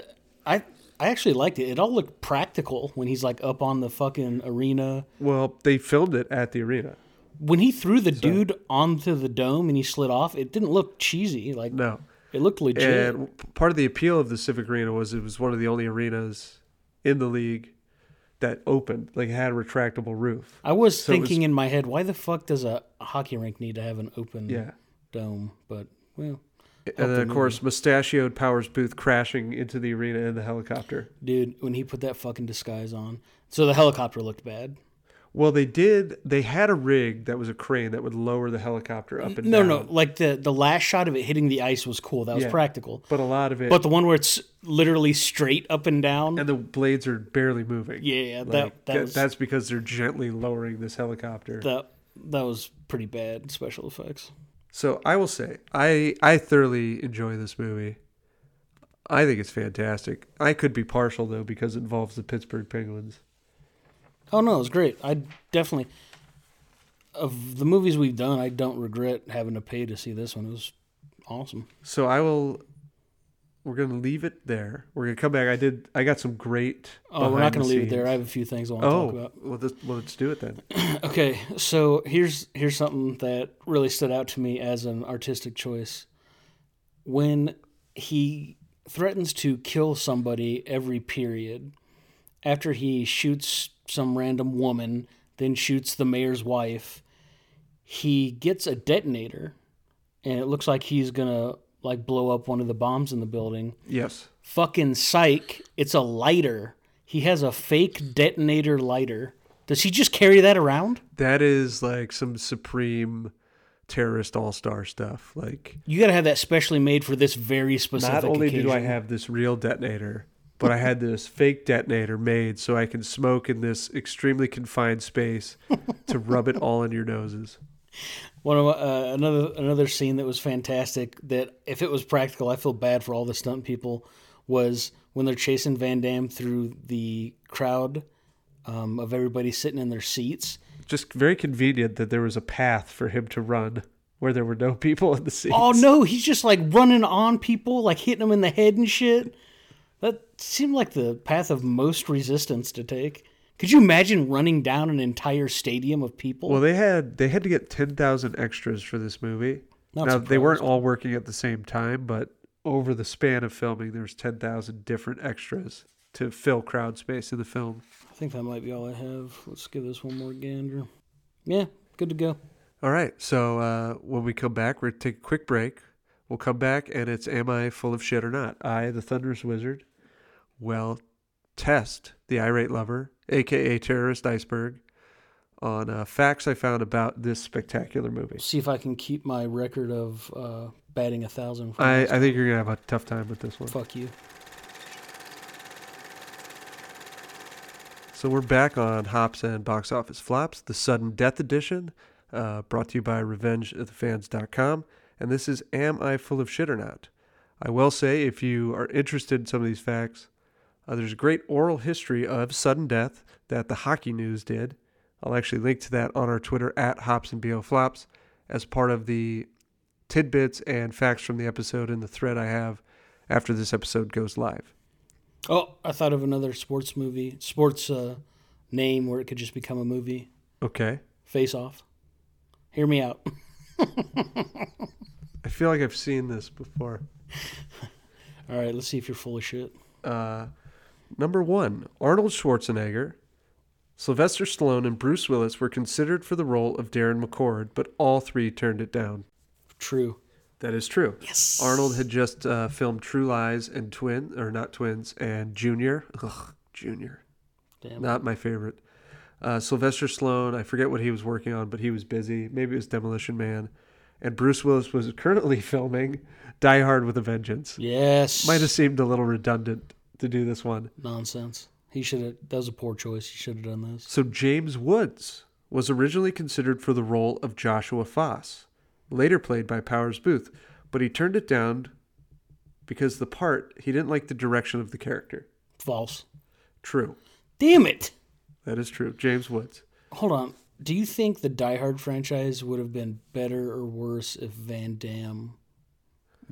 C: I. I actually liked it. It all looked practical when he's like up on the fucking arena.
A: Well, they filmed it at the arena.
C: When he threw the dude onto the dome and he slid off, it didn't look cheesy. Like
A: No.
C: it looked legit.
A: And part of the appeal of the Civic Arena was it was one of the only arenas in the league that opened, like had a retractable roof.
C: I was
A: it was-
C: thinking in my head, why the fuck does a hockey rink need to have an open
A: Yeah.
C: dome? But well,
A: And then, of course, mustachioed Powers Booth crashing into the arena in the helicopter.
C: dude, when he put that fucking disguise on, so the helicopter looked bad.
A: Well, they did. They had a rig that was a crane that would lower the helicopter up and
C: No,
A: down.
C: no, like the the last shot of it hitting the ice was cool. That was
A: Yeah.
C: practical.
A: But a lot of it,
C: But the one where it's literally straight up and down,
A: and the blades are barely moving.
C: yeah, that
A: Like,
C: that,
A: that-
C: was,
A: that's because they're gently lowering this helicopter.
C: that that was pretty bad special effects.
A: So I will say, I I thoroughly enjoy this movie. I think it's fantastic. I could be partial though because it involves the Pittsburgh Penguins.
C: Oh no, it was great. I definitely of the movies we've done, I don't regret having to pay to see this one. It was awesome.
A: So I will. We're gonna leave it there. We're gonna come back. I did. I got some great.
C: Oh, we're not
A: behind
C: going
A: the
C: to leave it there.
A: scenes.
C: I have a few things I want to talk
A: oh,
C: about.
A: well, this, well, let's do it then.
C: Okay, so here's here's something that really stood out to me as an artistic choice. When he threatens to kill somebody every period, after he shoots some random woman, then shoots the mayor's wife, he gets a detonator, and it looks like he's gonna like blow up one of the bombs in the building.
A: Yes.
C: Fucking psych. It's a lighter. He has a fake detonator lighter. Does he just carry that around?
A: That is like some supreme terrorist all star stuff. Like,
C: You got to have that specially made for this very specific
A: not only
C: occasion.
A: do I have this real detonator, but I had this fake detonator made so I can smoke in this extremely confined space to rub it all in your noses.
C: One of my- uh, another another scene that was fantastic. That if it was practical, I feel bad for all the stunt people. Was when they're chasing Van Damme through the crowd um, of everybody sitting in their seats.
A: Just very convenient that there was a path for him to run where there were no people in the seats.
C: Oh no, he's just like running on people, like hitting them in the head and shit. That seemed like the path of most resistance to take. Could you imagine running down an entire stadium of people?
A: Well, they had they had to get ten thousand extras for this movie.
C: Not
A: now they weren't
C: surprised.
A: all working at the same time, but over the span of filming, there was ten thousand different extras to fill crowd space in the film.
C: I think that might be all I have. Let's give this one more gander. Yeah, good to go.
A: All right. So uh, when we come back, we're going to take a quick break. We'll come back, and it's Am I Full of Shit or Not? I, the Thunderous Wizard, well, test the irate lover, aka Terrorist Iceberg, on uh, facts I found about this spectacular movie.
C: See if I can keep my record of uh, batting a thousand. For
A: I,
C: this.
A: I think you're going to have a tough time with this one.
C: Fuck you.
A: So we're back on Hops and Box Office Flops, the sudden death edition, uh, brought to you by RevengeOfTheFans.com. And this is Am I Full of Shit or Not? I will say, if you are interested in some of these facts, uh, there's a great oral history of sudden death that the Hockey News did. I'll actually link to that on our Twitter at Hops and BO Flops as part of the tidbits and facts from the episode in the thread I have after this episode goes live.
C: Oh, I thought of another sports movie, sports uh, name where it could just become a movie.
A: Okay.
C: Face Off. Hear me out.
A: I feel like I've seen this before.
C: All right, let's see if you're full of shit.
A: Uh, number one, Arnold Schwarzenegger, Sylvester Stallone, and Bruce Willis were considered for the role of Darren McCord, but all three turned it down.
C: True.
A: That is true. Yes. Arnold had just uh, filmed True Lies and Twin, or not Twins, and Junior. Ugh, Junior.
C: Damn.
A: Not my favorite. Uh, Sylvester Stallone, I forget what he was working on, but he was busy. Maybe it was Demolition Man. And Bruce Willis was currently filming Die Hard with a Vengeance.
C: Yes.
A: Might have seemed a little redundant to do this one.
C: Nonsense. He should have. That was a poor choice. He should have done this.
A: So James Woods was originally considered for the role of Joshua Foss, later played by Powers Booth, but he turned it down because the part he didn't like the direction of the character.
C: False.
A: True.
C: Damn it.
A: That is true. James Woods.
C: Hold on. do you think the Die Hard franchise would have been better or worse if Van Damme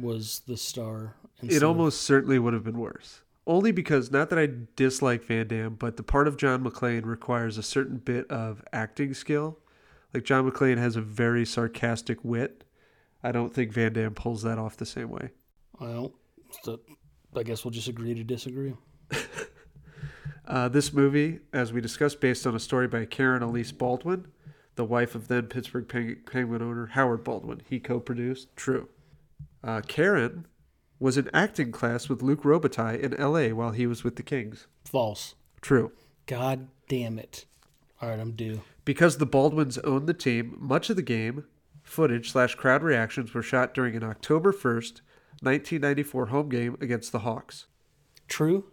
C: was the star?
A: It
C: instead of-
A: almost certainly would have been worse. Only because not that I dislike Van Damme, but the part of John McClane requires a certain bit of acting skill. Like John McClane has a very sarcastic wit. I don't think Van Damme pulls that off the same way.
C: well, so I guess we'll just agree to disagree.
A: Uh, this movie, as we discussed, based on a story by Karen Elise Baldwin, the wife of then Pittsburgh Peng- Penguin owner Howard Baldwin. He co-produced. True. Uh, Karen was in acting class with Luke Robitaille in L.A. while he was with the Kings.
C: False.
A: True.
C: God damn it! All right, I'm due.
A: Because the Baldwins owned the team, much of the game footage slash crowd reactions were shot during an October 1st, 1994 home game against the Hawks.
C: True.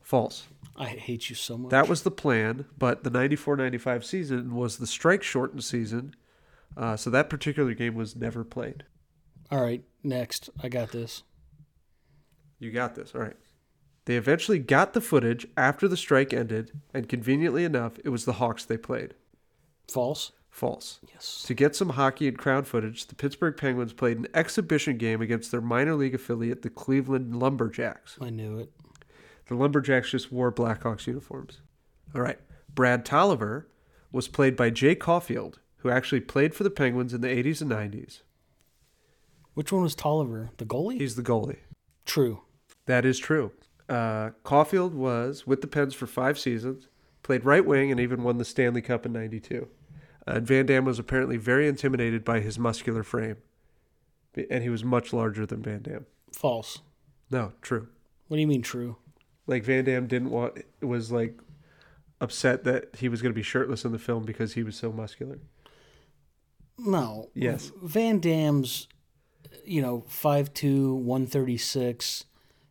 A: False.
C: I hate you so much.
A: That was the plan, but the 94 95 season was the strike shortened season, uh, so that particular game was never played.
C: All right, next. I got this.
A: You got this. All right. They eventually got the footage after the strike ended, and conveniently enough, it was the Hawks they played.
C: False.
A: False.
C: Yes.
A: To get some hockey and crowd footage, the Pittsburgh Penguins played an exhibition game against their minor league affiliate, the Cleveland Lumberjacks.
C: I knew it.
A: The Lumberjacks just wore Blackhawks uniforms. All right. Brad Tolliver was played by Jay Caulfield, who actually played for the Penguins in the 80s and 90s.
C: Which one was Tolliver? The goalie?
A: He's the goalie.
C: True.
A: That is true. Uh, Caulfield was with the Pens for five seasons, played right wing, and even won the Stanley Cup in 92. Uh, and Van Dam was apparently very intimidated by his muscular frame, and he was much larger than Van Dam.
C: False.
A: No, true.
C: What do you mean true?
A: Like Van Dam didn't want was like upset that he was going to be shirtless in the film because he was so muscular.
C: No.
A: Yes.
C: V- Van Damme's, you know, 5'2", 136,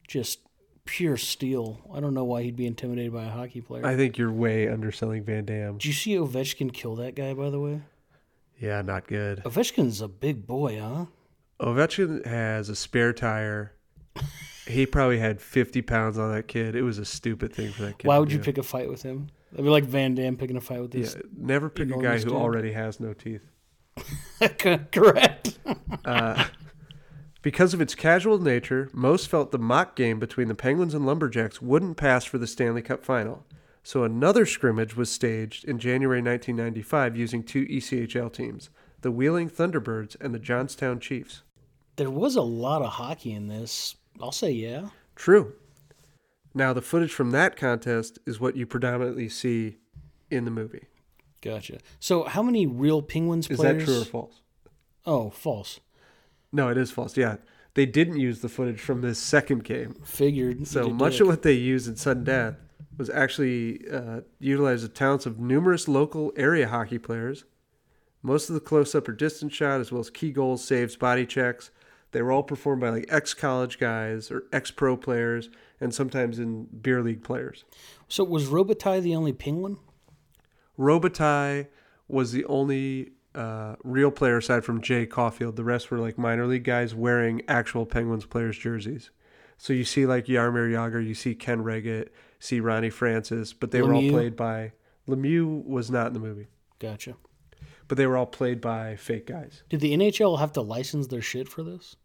C: just pure steel. I don't know why he'd be intimidated by a hockey player.
A: I think you're way underselling Van Dam.
C: Did you see Ovechkin kill that guy, by the way?
A: Yeah, not good.
C: Ovechkin's a big boy, huh?
A: Ovechkin has a spare tire. He probably had 50 pounds on that kid. It was a stupid thing for that kid.
C: Why
A: to
C: would you
A: do.
C: pick a fight with him? That'd be like Van Damme picking a fight with
A: Yeah,
C: this.
A: never pick a guy
C: enormous
A: who
C: dude?
A: already has no teeth.
C: Correct.
A: Because of its casual nature, most felt the mock game between the Penguins and Lumberjacks wouldn't pass for the Stanley Cup final. So another scrimmage was staged in January 1995 using two E ECHL teams, the Wheeling Thunderbirds and the Johnstown Chiefs.
C: there was a lot of hockey in this. I'll say yeah.
A: True. Now, the footage from that contest is what you predominantly see in the movie.
C: Gotcha. So how many real Penguins
A: Is
C: players?
A: that true or false?
C: Oh, false.
A: No, it is false. Yeah. They didn't use the footage from this second game.
C: Figured.
A: So much of what they used in Sudden Death was actually uh, utilized the talents of numerous local area hockey players. Most of the close up or distance shot, as well as key goals, saves, body checks, they were all performed by like ex college guys or ex pro players and sometimes in beer league players.
C: So was Robitaille the only Penguin?
A: Robitaille was the only uh, real player aside from Jay Caulfield. The rest were like minor league guys wearing actual Penguins players' jerseys. So you see like Yarmir Yager, you see Ken Reggett, see Ronnie Francis, but they were all
C: Lemieux?
A: played by Lemieux was not in the movie,
C: Gotcha.
A: but they were all played by fake guys.
C: Did the NHL have to license their shit for this?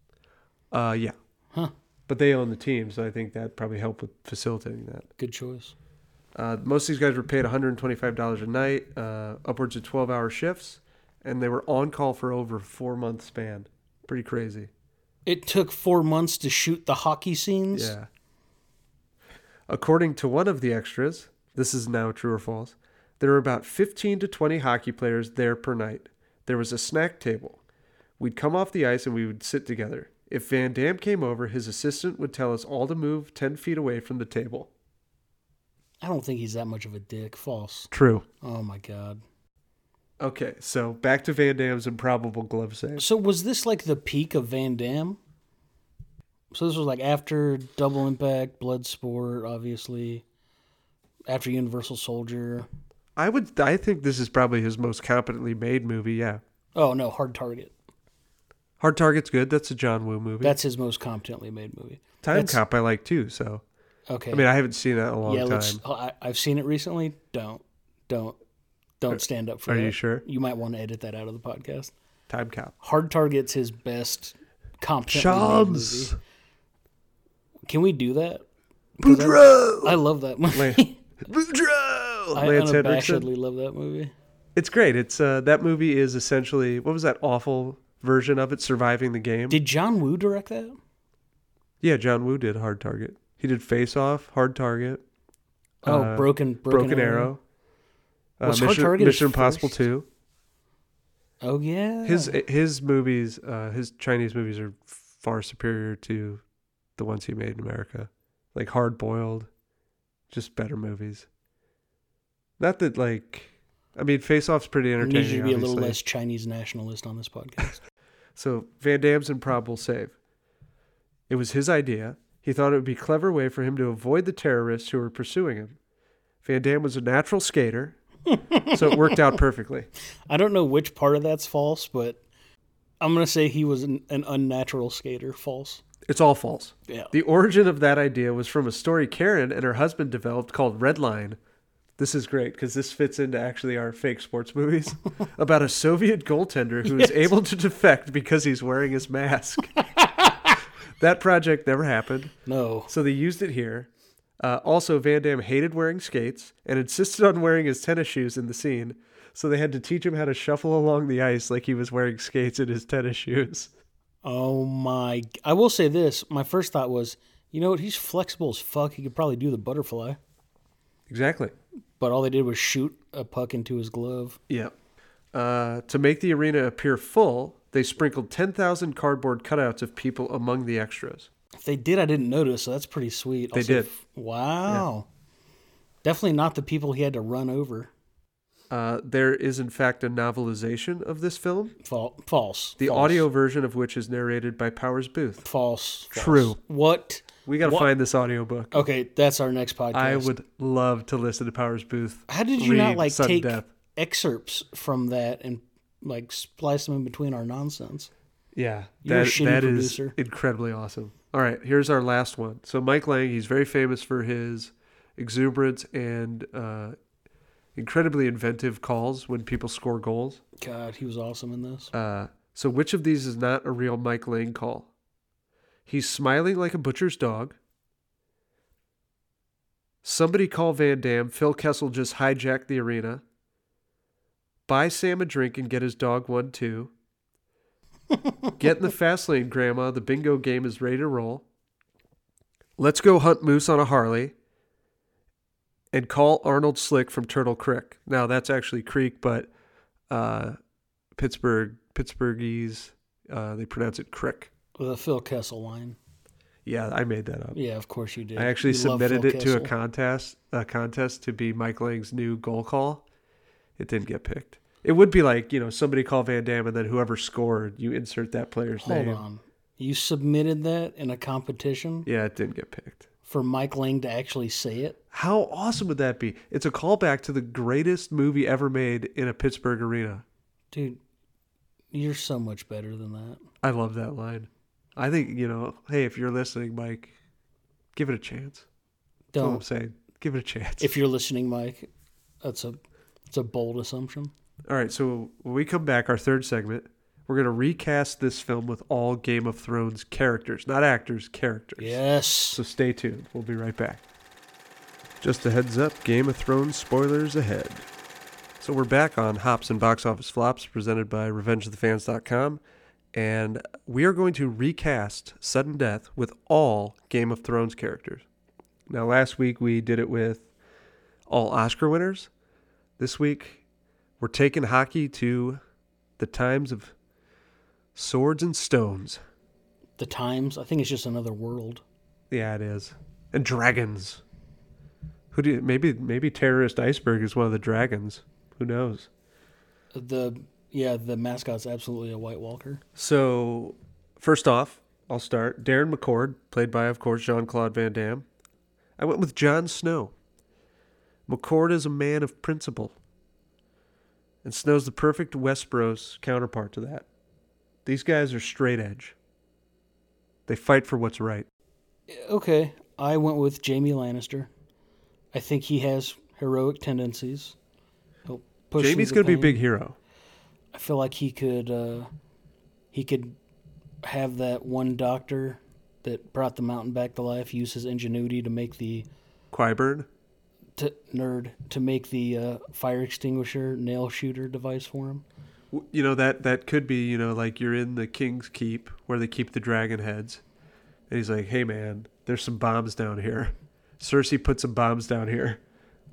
A: Uh, yeah,
C: Huh.
A: but they own the team, so I think that probably helped with facilitating that.
C: Good choice.
A: Uh, most of these guys were paid $125 a night, uh, upwards of 12 hour shifts, and they were on call for over a four month span. Pretty crazy.
C: It took four months to shoot the hockey scenes.
A: Yeah. According to one of the extras, this is now true or false, there were about 15 to 20 hockey players there per night. There was a snack table. We'd come off the ice and we would sit together. If Van Dam came over, his assistant would tell us all to move 10 feet away from the table.
C: I don't think he's that much of a dick. False.
A: True.
C: Oh my god.
A: Okay, so back to Van Dam's improbable glove save.
C: So was this like the peak of Van Damme? So this was like after Double Impact, Bloodsport, obviously. After Universal Soldier.
A: I would. I think this is probably his most competently made movie. Yeah,
C: Oh no, Hard Target.
A: Hard Target's good. That's a John Woo movie.
C: That's his most competently made movie.
A: Time
C: that's-
A: Cop I like too. So
C: Okay.
A: I mean, I haven't seen that in a long
C: yeah, oh,
A: time.
C: let's. I, I've seen it recently. Don't, don't. Don't stand up for
A: Uh, Are
C: that.
A: you sure?
C: You might want to edit that out of the podcast.
A: Time Cop.
C: Hard Target's his best competently made movie.
A: Shams
C: Can we do that? 'Cause I-
A: Boudreaux.
C: I love that movie.
A: Lan- Boudreaux.
C: I
A: Lance Henriksen.
C: unabashedly love that movie.
A: It's great. It's uh, that movie is essentially what was that awful version of it? Surviving the game.
C: Did John Woo direct that?
A: yeah, John Woo did Hard Target. He did Face Off, Hard Target,
C: Oh,
A: Uh,
C: Broken Broken,
A: Broken, Arrow. Uh,
C: Was Hard
A: Mission,
C: Target his
A: Mission Impossible
C: first?
A: Two.
C: Oh yeah.
A: His his movies, uh, his Chinese movies are far superior to the ones he made in America, like Hard Boiled, just better movies. Not that like, I mean, Face Off's pretty
C: I need you
A: entertaining.
C: to be a little
A: obviously.
C: less Chinese nationalist on this podcast.
A: So Van Damme's improbable save. It was his idea. He thought it would be a clever way for him to avoid the terrorists who were pursuing him. Van Damme was a natural skater, so it worked out perfectly.
C: I don't know which part of that's false, but I'm gonna say he was an, an unnatural skater. False.
A: It's all false.
C: Yeah.
A: The origin of that idea was from a story Karen and her husband developed called Red Line. This is great because this fits into actually our fake sports movies about a Soviet goaltender who is able to defect because he's wearing his mask. that project never happened.
C: No.
A: So they used it here. Uh, also, Van Damme hated wearing skates and insisted on wearing his tennis shoes in the scene. So they had to teach him how to shuffle along the ice like he was wearing skates in his tennis shoes.
C: Oh my! I will say this. My first thought was, you know what? He's flexible as fuck. He could probably do the butterfly.
A: Exactly.
C: But all they did was shoot a puck into his glove.
A: Yep. Uh, to make the arena appear full, they sprinkled 10,000 cardboard cutouts of people among the extras.
C: If they did, I didn't notice. So that's pretty sweet.
A: They
C: Also,
A: did.
C: Wow. Definitely not the people he had to run over.
A: Uh, there is, in fact, a novelization of this film,
C: Fal- false.
A: the
C: False.
A: audio version of which is narrated by Powers Booth.
C: False. False.
A: True.
C: What?
A: We got to
C: What?
A: find this audiobook.
C: Okay, that's our next podcast.
A: I would love to listen to Powers Booth.
C: How did you
A: read
C: not like
A: sudden
C: take
A: death.
C: excerpts from that and like splice them in between our nonsense?
A: Yeah,
C: You're a
A: that-
C: shitty
A: that is
C: producer.
A: incredibly awesome. All right, here's our last one. So Mike Lang, he's very famous for his exuberance and uh, incredibly inventive calls when people score goals.
C: God, he was awesome in this.
A: Uh, so which of these is not a real Mike Lang call? He's smiling like a butcher's dog. Somebody call Van Dam. Phil Kessel just hijacked the arena. Buy Sam a drink and get his dog one too. get in the fast lane, Grandma. The bingo game is ready to roll. Let's go hunt moose on a Harley. And call Arnold Slick from Turtle Creek. Now that's actually Creek, but uh, Pittsburgh Pittsburghese uh, they pronounce it Crick.
C: The Phil Kessel line.
A: Yeah, I made that up.
C: Yeah, of course you did.
A: I actually
C: You love
A: submitted
C: Phil
A: it to a
C: Kessel.
A: contest a contest to be Mike Lang's new goal call. It didn't get picked. It would be like, you know, somebody call Van Damme and then whoever scored, you insert that player's
C: Hold
A: name.
C: on. You submitted that in a competition
A: Yeah, it didn't get picked.
C: for Mike Lang to actually say it?
A: How awesome would that be? It's a callback to the greatest movie ever made in a Pittsburgh arena.
C: Dude, you're so much better than that.
A: I love that line. I think, you know, hey, if you're listening, Mike, give it a chance. That's all I'm
C: Don't.
A: saying. Give it a chance.
C: If you're listening, Mike, that's a it's a bold assumption.
A: All right, so when we come back, our third segment, we're going to recast this film with all Game of Thrones characters, not actors, characters.
C: Yes.
A: So stay tuned. We'll be right back. Just a heads up Game of Thrones spoilers ahead. So we're back on Hops and Box Office Flops presented by RevengeOfTheFans.com. And we are going to recast Sudden Death with all Game of Thrones characters. Now, last week we did it with all Oscar winners. This week we're taking hockey to the times of swords and stones.
C: The Times, I think it's just another world.
A: Yeah, it is. And dragons. Who do you, maybe maybe terrorist iceberg is one of the dragons. Who knows?
C: The yeah, the mascot's absolutely a White Walker.
A: So, first off, I'll start. Darren McCord, played by of course Jean-Claude Van Damme. I went with Jon Snow. McCord is a man of principle. And Snow's the perfect Westeros counterpart to that. These guys are straight edge. They fight for what's right.
C: Okay, I went with Jamie Lannister. I think he has heroic tendencies. He'll push. through
A: Jamie's
C: the
A: going to be a
C: thing.
A: big hero.
C: I feel like he could uh, he could have that one doctor that brought the mountain back to life use his ingenuity to make the
A: Quiburn.
C: to, nerd to make the uh, fire extinguisher nail shooter device for him.
A: W- You know that that could be you know like you're in the king's keep where they keep the dragon heads, and he's like, "Hey man, there's some bombs down here. Cersei put some bombs down here.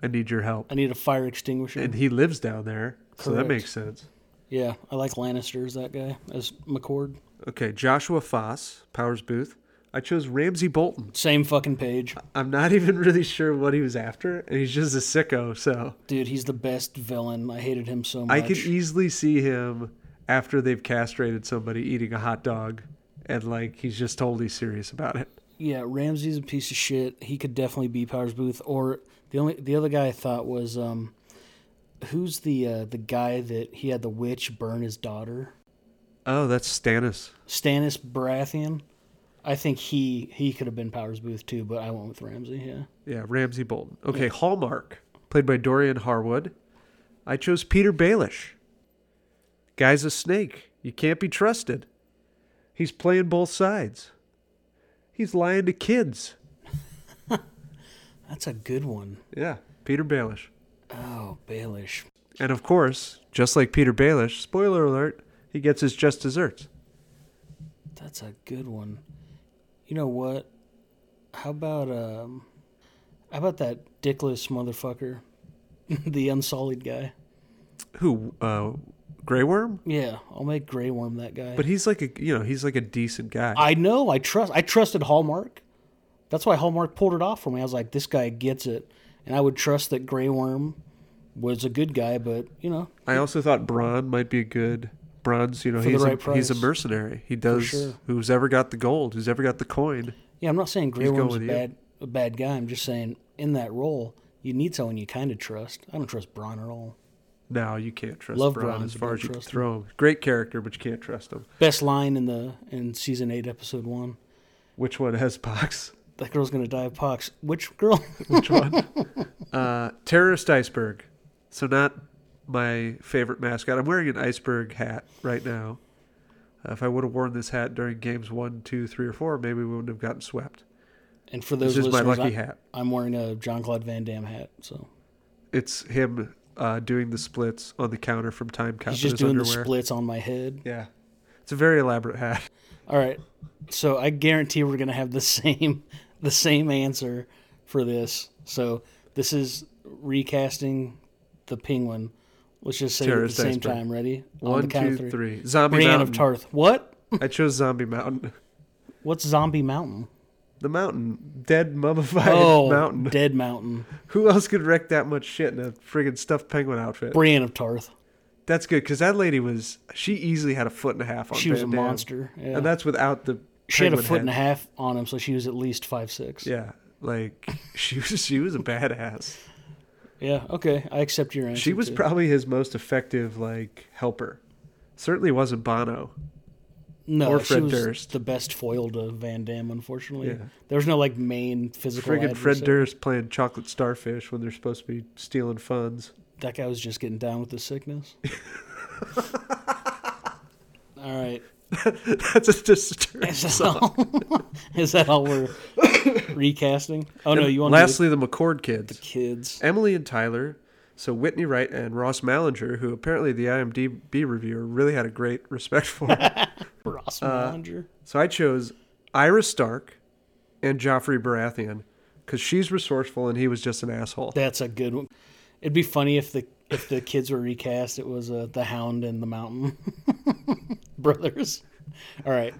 A: I need your help."
C: I need a fire extinguisher.
A: And he lives down there, so that
C: Correct.
A: makes sense.
C: yeah, I like Lannisters. That guy as McCord.
A: Okay, Joshua Foss, Powers Booth. I chose Ramsey Bolton.
C: Same fucking page,
A: I'm not even really sure what he was after, and he's just a sicko. So
C: dude. He's the best villain. I hated him so much.
A: I could easily see him after they've castrated somebody eating a hot dog, and like he's just totally serious about it.
C: Yeah, Ramsey's a piece of shit. He could definitely be Powers Booth. Or the only the other guy I thought was um, who's the uh, the guy that he had the witch burn his daughter,
A: Oh, that's Stannis.
C: Stannis Baratheon. I think he he could have been Powers Booth too, but I went with Ramsey. Yeah,
A: Yeah, Ramsey Bolton. Okay, Hallmark, played by Dorian Harwood. I chose Peter Baelish. Guy's a snake. You can't be trusted. He's playing both sides. He's lying to kids.
C: that's a good one.
A: Yeah, Peter Baelish.
C: Oh, Baelish.
A: And of course, just like Peter Baelish, spoiler alert, he gets his just desserts.
C: That's a good one. You know what? How about um how about that dickless motherfucker? the unsullied guy.
A: Who? Uh, Grey Worm.
C: Yeah, I'll make Grey Worm that guy.
A: But he's like a you know he's like a decent guy.
C: I know. I trust. I trusted Hallmark. That's why Hallmark pulled it off for me. I was like, this guy gets it, and I would trust that Grey Worm was a good guy. But you know,
A: I also thought Bronn might be a good Bronn's. You know
C: For the
A: he's
C: right
A: a, he's a
C: price.
A: mercenary. He does
C: sure.
A: who's ever got the gold, who's ever got the coin.
C: yeah, I'm not saying Grey
A: He's going
C: Worm's a
A: with you.
C: bad a bad guy. I'm just saying in that role, you need someone you kind of trust. I don't trust Braun at all.
A: No, you can't trust
C: Love
A: Bronn
C: Bronn,
A: as
C: but
A: far
C: don't
A: as you can
C: trust him.
A: throw him. Great character, but you can't trust him.
C: Best line in the in season eight, episode one.
A: Which one has pox?
C: That girl's gonna die of pox. Which girl?
A: Which one? uh, terrorist iceberg. So not my favorite mascot. I'm wearing an iceberg hat right now. Uh, if I would have worn this hat during games one, two, three, or four, maybe we wouldn't have gotten swept.
C: and for
A: This
C: those
A: is my
C: listeners,
A: lucky
C: I,
A: hat.
C: I'm wearing a John Claude Van Damme hat, so
A: It's him uh, doing the splits on the counter from time cop.
C: he's
A: in
C: just
A: his
C: doing the
A: underwear.
C: splits on my head.
A: Yeah, it's a very elaborate hat.
C: All right. So I guarantee we're gonna have the same the same answer for this. So this is recasting the penguin. Let's just say it at the
A: Terrorist
C: same
A: iceberg.
C: time. Ready? On
A: One,
C: the count of
A: two, three. Zombie
C: Brienne of
A: Mountain.
C: Tarth. What?
A: I chose Zombie Mountain.
C: What's Zombie Mountain?
A: The mountain, dead mummified
C: Oh,
A: mountain.
C: Dead Mountain.
A: Who else could wreck that much shit in a friggin' stuffed penguin outfit?
C: Brienne of Tarth.
A: That's good because that lady was she easily had a foot and a half on.
C: She was a
A: Van Damme.
C: monster. Yeah.
A: and that's without the.
C: she had a
A: penguin
C: foot and a
A: head.
C: half on him, so she was at least five six.
A: Yeah, like she was she was a badass.
C: Yeah, Okay. I accept your answer.
A: She was
C: too.
A: probably his most effective like helper. Certainly wasn't Bono.
C: no,
A: or
C: she
A: Fred
C: was
A: Durst.
C: the best foil to Van Damme. Unfortunately,
A: Yeah.
C: there was no like main physical.
A: Friggin' Fred
C: adversary.
A: Durst playing chocolate starfish when they're supposed to be stealing funds.
C: That guy was just getting down with the sickness. all right.
A: That's a disturbing.
C: Is that all? Is that all we're recasting? Oh, no. You want
A: Lastly, Uh, the McCord kids.
C: to do kids?
A: Emily and Tyler. So Whitney Wright and Ross Malinger, who apparently the IMDb reviewer really had a great respect for.
C: Ross Malinger?
A: so I chose Ira Stark and Joffrey Baratheon because she's resourceful and he was just an asshole.
C: That's a good one. It'd be funny if the if the kids were recast. It was uh, the Hound and the Mountain brothers. All right.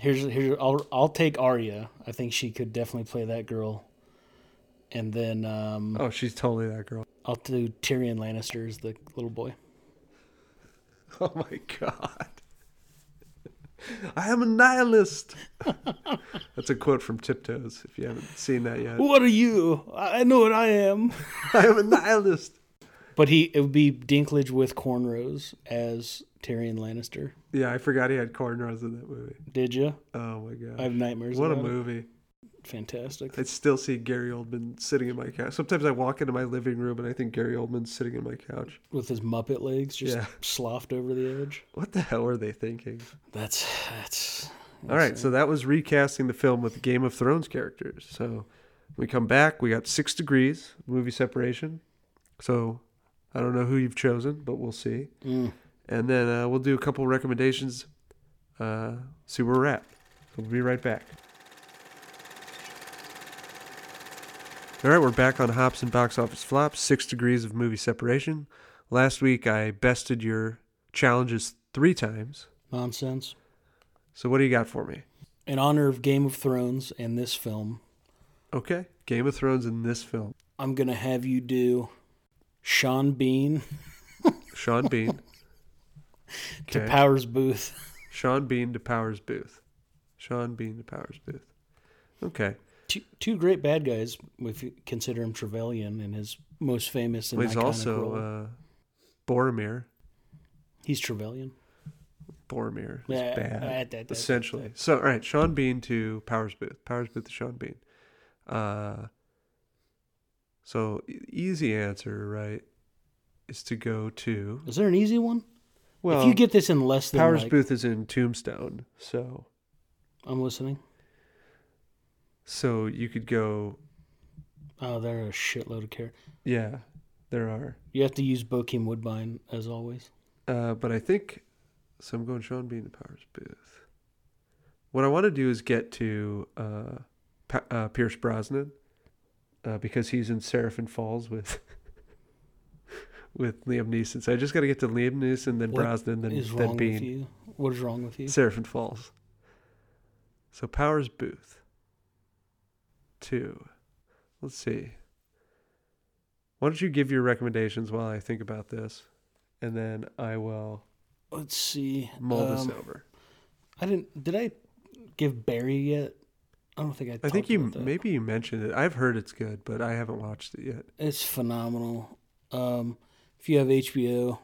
C: Here's here's I'll I'll take Arya. I think she could definitely play that girl. And then um,
A: Oh, she's totally that girl.
C: I'll do Tyrion Lannister as the little boy.
A: Oh my god. I am a nihilist. That's a quote from Tiptoes. If you haven't seen that yet,
C: What are you? I know what I am.
A: I am a nihilist.
C: But he it would be Dinklage with cornrows as Tyrion Lannister.
A: Yeah, I forgot he had cornrows in that movie.
C: Did you?
A: Oh my god,
C: I have nightmares.
A: what a
C: about it.
A: movie!
C: fantastic.
A: I still see Gary Oldman sitting in my couch. Sometimes I walk into my living room and I think Gary Oldman's sitting in my couch.
C: With his Muppet legs just
A: Yeah.
C: sloughed over the edge.
A: What the hell are they thinking?
C: That's that's
A: All right, so that was recasting the film with Game of Thrones characters. So we come back, we got six degrees movie separation. So I don't know who you've chosen, but we'll see. And then uh, we'll do a couple recommendations, uh, see where we're at. So we'll be right back. All right, we're back on Hops and Box Office Flops, six degrees of movie separation. Last week I bested your challenges three times.
C: nonsense.
A: So what do you got for me?
C: In honor of Game of Thrones and this film,
A: Okay. Game of Thrones in this film.
C: I'm gonna have you do Sean Bean
A: Sean Bean.
C: to
A: Okay.
C: Powers Booth.
A: Sean Bean to Powers Booth. Sean Bean to Powers Booth. Okay.
C: Two, two great bad guys, if you consider him Trevelyan in his most famous and
A: Well, he's
C: iconic
A: also
C: role.
A: uh, Boromir.
C: he's Trevelyan.
A: Boromir is
C: Yeah,
A: bad.
C: uh, that- that-
A: essentially. So, all right. Sean Bean to Powers Booth. Powers Booth to Sean Bean. Uh, so, e- easy answer, right, is to go to.
C: Is there an easy one?
A: Well,
C: if you get this in less than
A: Powers
C: like-
A: Booth is in Tombstone. So.
C: I'm listening.
A: So you could go,
C: Oh, there are a shitload of care.
A: yeah, there are.
C: You have to use Bokeem Woodbine as always.
A: Uh, but I think so. I'm going Sean Bean to Powers Booth. What I want to do is get to uh, pa- uh, Pierce Brosnan uh, because he's in Seraphin Falls with with Liam Neeson. So I just got to get to Liam Neeson, then
C: What
A: Brosnan, then
C: is
A: then
C: wrong with
A: Bean.
C: you? What is wrong with you?
A: Seraphin Falls. So Powers Booth. Two. Let's see. Why don't you give your recommendations while I think about this, and then I will
C: Let's see.
A: mull this
C: Um,
A: over.
C: I didn't. Did I give Barry yet? I don't think I.
A: I think
C: talked
A: you
C: about that.
A: maybe you mentioned it. I've heard it's good, but I haven't watched it yet.
C: It's phenomenal. Um, if you have HBO,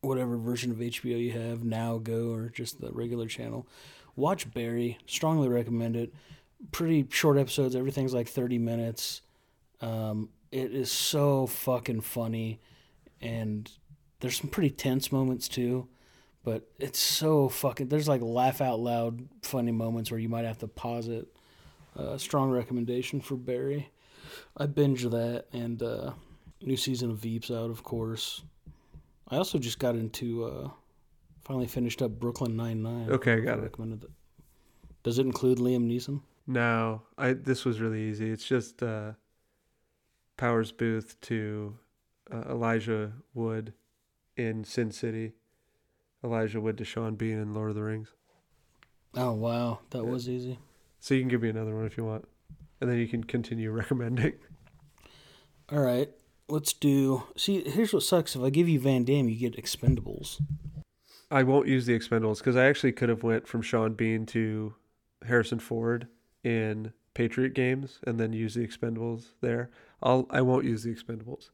C: whatever version of HBO you have, Now Go or just the regular channel, watch Barry. Strongly recommend it. Pretty short episodes. Everything's like thirty minutes. Um, it is so fucking funny, and there's some pretty tense moments too. But it's so fucking. There's like laugh out loud funny moments where you might have to pause it. Uh, strong recommendation for Barry. I binge that and uh new season of Veeps out of course. I also just got into uh finally finished up Brooklyn Nine Nine.
A: Okay, I got it.
C: Recommended that. Does it include Liam Neeson?
A: No, I this was really easy. It's just uh, Powers Booth to uh, Elijah Wood in Sin City, Elijah Wood to Sean Bean in Lord of the Rings.
C: Oh wow, that was easy.
A: So you can give me another one if you want, and then you can continue recommending.
C: All right, let's do. See, here's what sucks: if I give you Van Damme, you get Expendables.
A: I won't use the Expendables because I actually could have went from Sean Bean to Harrison Ford in Patriot Games, and then use the Expendables there. I'll I won't use the Expendables.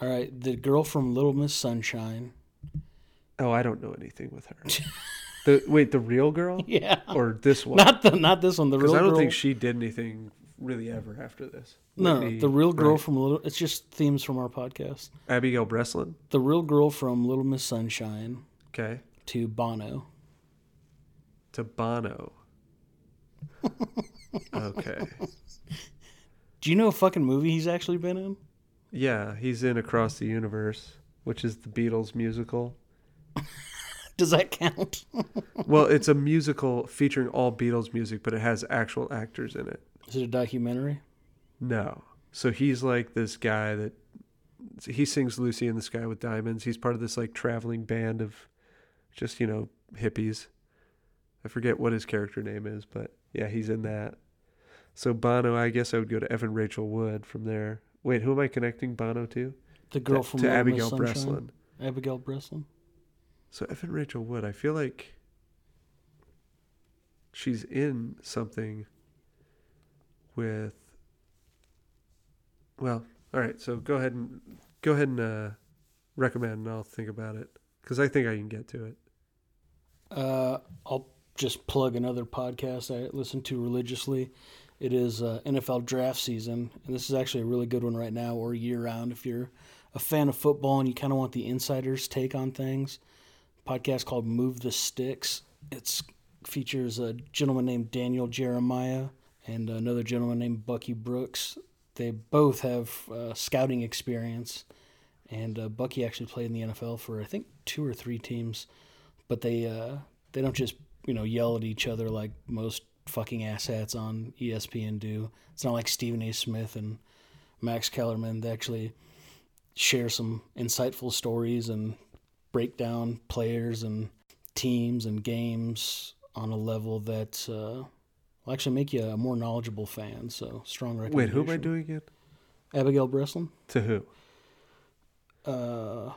C: All right, the girl from Little Miss Sunshine.
A: Oh, I don't know anything with her. the wait, the real girl
C: Yeah,
A: or this one?
C: not the not this one. The real
A: Because I don't
C: girl.
A: think she did anything really ever after this.
C: no,
A: Whitney-
C: no, the real girl
A: right.
C: from Little. It's just themes from our podcast.
A: Abigail Breslin.
C: The real girl from Little Miss Sunshine
A: Okay,
C: to Bono.
A: to Bono. okay,
C: Do you know a fucking movie he's actually been in?
A: yeah, he's in Across the Universe, which is the Beatles musical.
C: Does that count?
A: Well, it's a musical featuring all Beatles music, but it has actual actors in it.
C: Is it a documentary?
A: No. So he's like this guy that he sings Lucy in the Sky with Diamonds. He's part of this like traveling band of just, you know, hippies. I forget what his character name is, but yeah, he's in that. So Bono, I guess I would go to Evan Rachel Wood from there. Wait, who am I connecting Bono to?
C: The girl
A: to
C: from
A: to
C: Little Miss
A: Abigail
C: Sunshine?
A: Breslin.
C: Abigail Breslin.
A: So Evan Rachel Wood, I feel like she's in something with. Well, all right. So go ahead and go ahead and uh, recommend, and I'll think about it because I think I can get to it.
C: Uh, I'll just plug another podcast I listen to religiously. It is uh, NFL draft season, and this is actually a really good one right now or year round if you're a fan of football and you kind of want the insider's take on things. Podcast called Move the Sticks. It features a gentleman named Daniel Jeremiah and another gentleman named Bucky Brooks. They both have uh, scouting experience, and uh, Bucky actually played in the NFL for I think two or three teams, but they uh, they don't just you know yell at each other like most fucking asshats on E ESPN do. It's not like Stephen A. Smith and Max Kellerman. They actually share some insightful stories and break down players and teams and games on a level that uh, will actually make you a more knowledgeable fan. So strong
A: Wait,
C: recommendation.
A: who am I doing it?
C: Abigail Breslin.
A: To who?
C: Uh,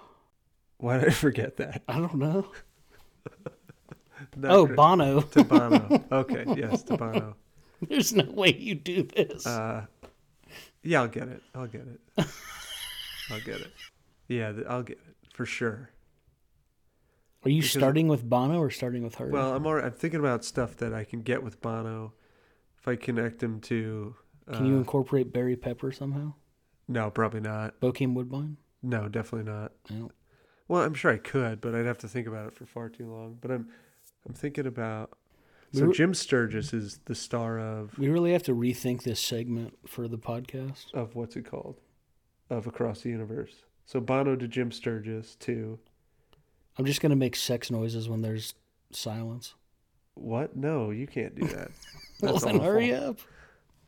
A: Why did I forget that?
C: I don't know.
A: No,
C: Oh,
A: Chris-
C: Bono.
A: to Bono. Okay, yes, to Bono.
C: There's no way you do this.
A: Uh, yeah, I'll get it. I'll get it. I'll get it. Yeah, th- I'll get it for sure.
C: Are you starting with Bono or starting with her?
A: Well, I'm already, I'm thinking about stuff that I can get with Bono if I connect him to. Uh,
C: Can you incorporate Barry Pepper somehow?
A: No, probably not.
C: Bokeem Woodbine?
A: No, definitely not.
C: No.
A: Well, I'm sure I could, but I'd have to think about it for far too long. But I'm I'm thinking about.
C: We
A: So
C: were-
A: Jim Sturgis is the star of
C: We really have to rethink this segment for the podcast.
A: of what's it called of Across the Universe. So Bono to Jim Sturgis to
C: I'm just going to make sex noises when there's silence.
A: what? No, you can't do that.
C: Well,
A: That's
C: then
A: awful.
C: hurry up.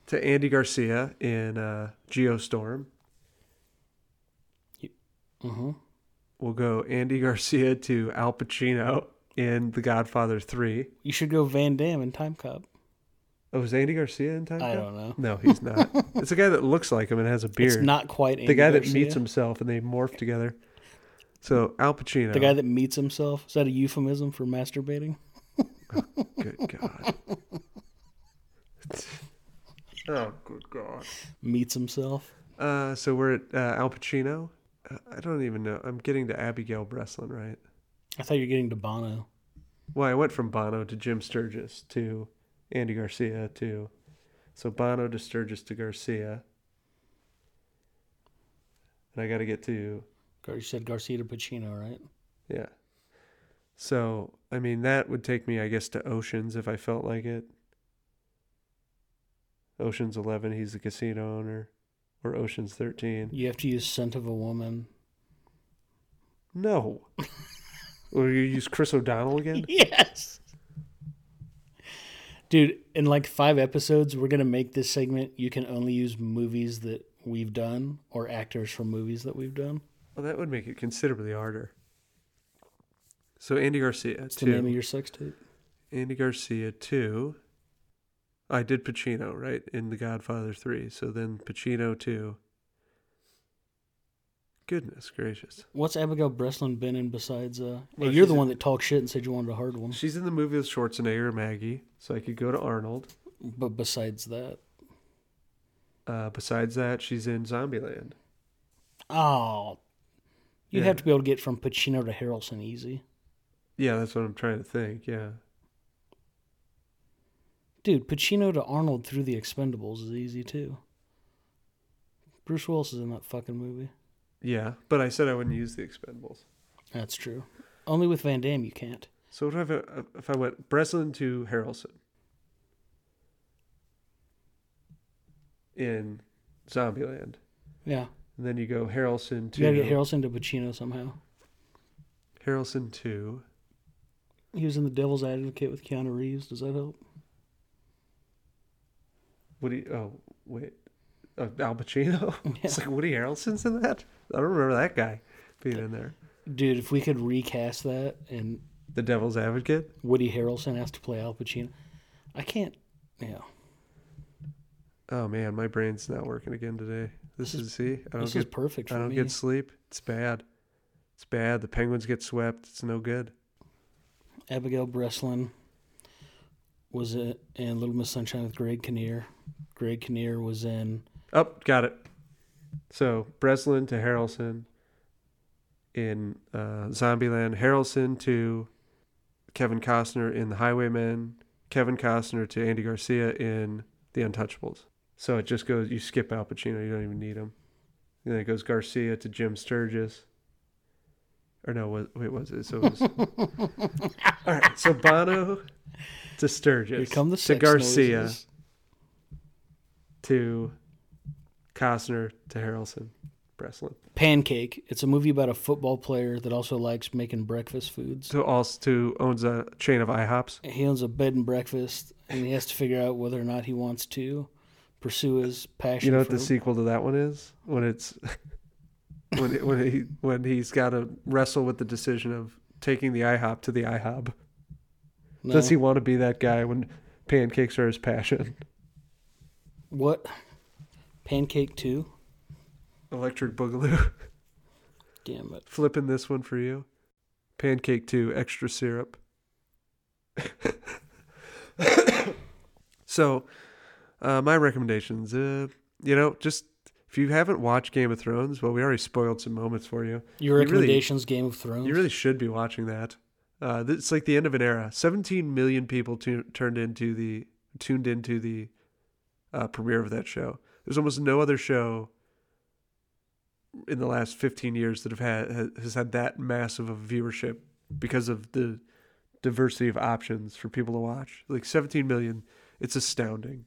A: to Andy Garcia in uh, Geostorm.
C: hmm
A: Uh-huh. We'll go Andy Garcia to Al Pacino in The Godfather 3.
C: You should go Van Damme and Time Cop.
A: Oh, is Andy Garcia in Time
C: I
A: Cop?
C: don't know.
A: No, he's not. it's a guy that looks like him and has a beard.
C: It's not quite
A: the
C: Andy
A: guy that
C: Garcia.
A: meets himself and they morph together. So Al Pacino.
C: The guy that meets himself. Is that a euphemism for masturbating?
A: Good God. oh, good God.
C: Meets himself.
A: Uh, so we're at uh, Al Pacino. Uh, I don't even know. I'm getting to Abigail Breslin, right?
C: I thought you were getting to Bono.
A: Well, I went from Bono to Jim Sturgis to Andy Garcia to. So Bono to Sturgis to Garcia. And I got to get to.
C: Gar- You said Garcia to Pacino, right?
A: Yeah. So, I mean, that would take me, I guess, to Oceans if I felt like it. Oceans 11, he's the casino owner. Or Oceans 13.
C: You have to use Scent of a Woman.
A: No. or you use Chris O'Donnell again?
C: Yes. Dude, in like five episodes, we're going to make this segment. You can only use movies that we've done or actors from movies that we've done.
A: Well, that would make it considerably harder. So, Andy Garcia.
C: It's the
A: too.
C: name of your sex tape.
A: Andy Garcia two. I did Pacino right in The Godfather three. So then Pacino two. Goodness gracious!
C: What's Abigail Breslin been in besides? Uh, hey,
A: Well,
C: you're
A: she's
C: the
A: in-
C: one that talked shit and said you wanted a hard one.
A: She's in the movie with Schwarzenegger and Maggie, so I could go to Arnold.
C: But besides that,
A: Uh, besides that, she's in Zombieland.
C: oh, you
A: Yeah.
C: have to be able to get from Pacino to Harrelson easy,
A: Yeah, that's what I'm trying to think. Yeah,
C: dude. Pacino to Arnold through the Expendables is easy too. Bruce Willis is in that fucking movie.
A: yeah. But I said I wouldn't use the Expendables.
C: That's true. Only with Van Damme you can't.
A: So what if I, if I went Breslin to Harrelson in Zombieland?
C: Yeah,
A: And then you go Harrelson to
C: you gotta get Harrelson to Pacino somehow.
A: Harrelson two.
C: He was in The Devil's Advocate with Keanu Reeves. Does that help?
A: Woody. Oh wait, uh, Al Pacino. it's like Woody Harrelson's in that. I don't remember that guy being in there.
C: Dude, if we could recast that and
A: The Devil's Advocate.
C: Woody Harrelson has to play Al Pacino, I can't. Yeah,
A: Oh man, my brain's not working again today. This is see. I don't
C: this
A: get.
C: is perfect
A: I
C: for
A: don't
C: me.
A: get sleep. It's bad. It's bad. The Penguins get swept. It's no good.
C: Abigail Breslin was it in Little Miss Sunshine with Greg Kinnear. Greg Kinnear was in
A: Oh, got it. So Breslin to Harrelson in uh, Zombieland. Harrelson to Kevin Costner in The Highwaymen, Kevin Costner to Andy Garcia in The Untouchables. So it just goes, you skip Al Pacino, you don't even need him. And then it goes Garcia to Jim Sturgis. Or no, was, wait, was it? So it was. all right, so Bono to Sturgis.
C: Here come the
A: to
C: sex
A: Garcia
C: noises.
A: to Costner to Harrelson, Breslin.
C: Pancake. It's a movie about a football player that also likes making breakfast foods.
A: To also to owns a chain of IHOPs.
C: He owns a bed and breakfast, and he has to figure out whether or not he wants to pursue his passion.
A: You know what
C: for
A: the sequel to that one is? When it's when it, when he when he's got to wrestle with the decision of taking the IHOP to the IHOB.
C: No.
A: Does he want to be that guy when pancakes are his passion?
C: what? Pancake two.
A: Electric Boogaloo,
C: Damn it.
A: flipping this one for you. Pancake two, extra syrup. so, uh, my recommendations, uh, you know, just if you haven't watched Game of Thrones, well, we already spoiled some moments for you.
C: Your
A: You really-
C: recommendations, Game of Thrones.
A: You really should be watching that. Uh, th- it's like the end of an era. 17 million people tu- turned into the tuned into the uh, premiere of that show. There's almost no other show in the last 15 years that have had ha- has had that massive of viewership because of the diversity of options for people to watch. Like 17 million, it's astounding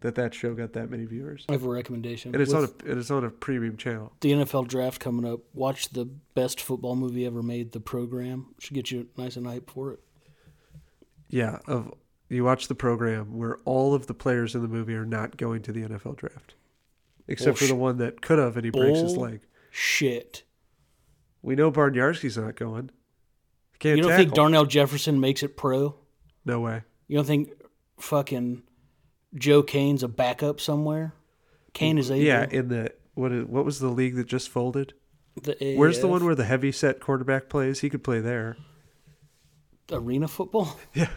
A: that that show got that many viewers.
C: I have a recommendation.
A: And it's
C: With
A: on a and it's on a premium channel.
C: the NFL draft coming up. Watch the best football movie ever made, The Program. Should get you nice and hype for it.
A: Yeah, of you watch the program where all of the players in the movie are not going to the NFL draft, except for
C: Bullsh-
A: the one that could have, and he breaks his
C: Bull-
A: leg.
C: Shit.
A: We know Barnyarski's not going. Can't
C: You don't
A: tackle.
C: think Darnell Jefferson makes it pro?
A: no way.
C: You don't think fucking Joe Kane's a backup somewhere? Kane is able.
A: Yeah, in the what? Is, what was the league that just folded?
C: The
A: Where's the
C: AAF?
A: one where the heavy set quarterback plays? He could play there.
C: arena football?
A: Yeah.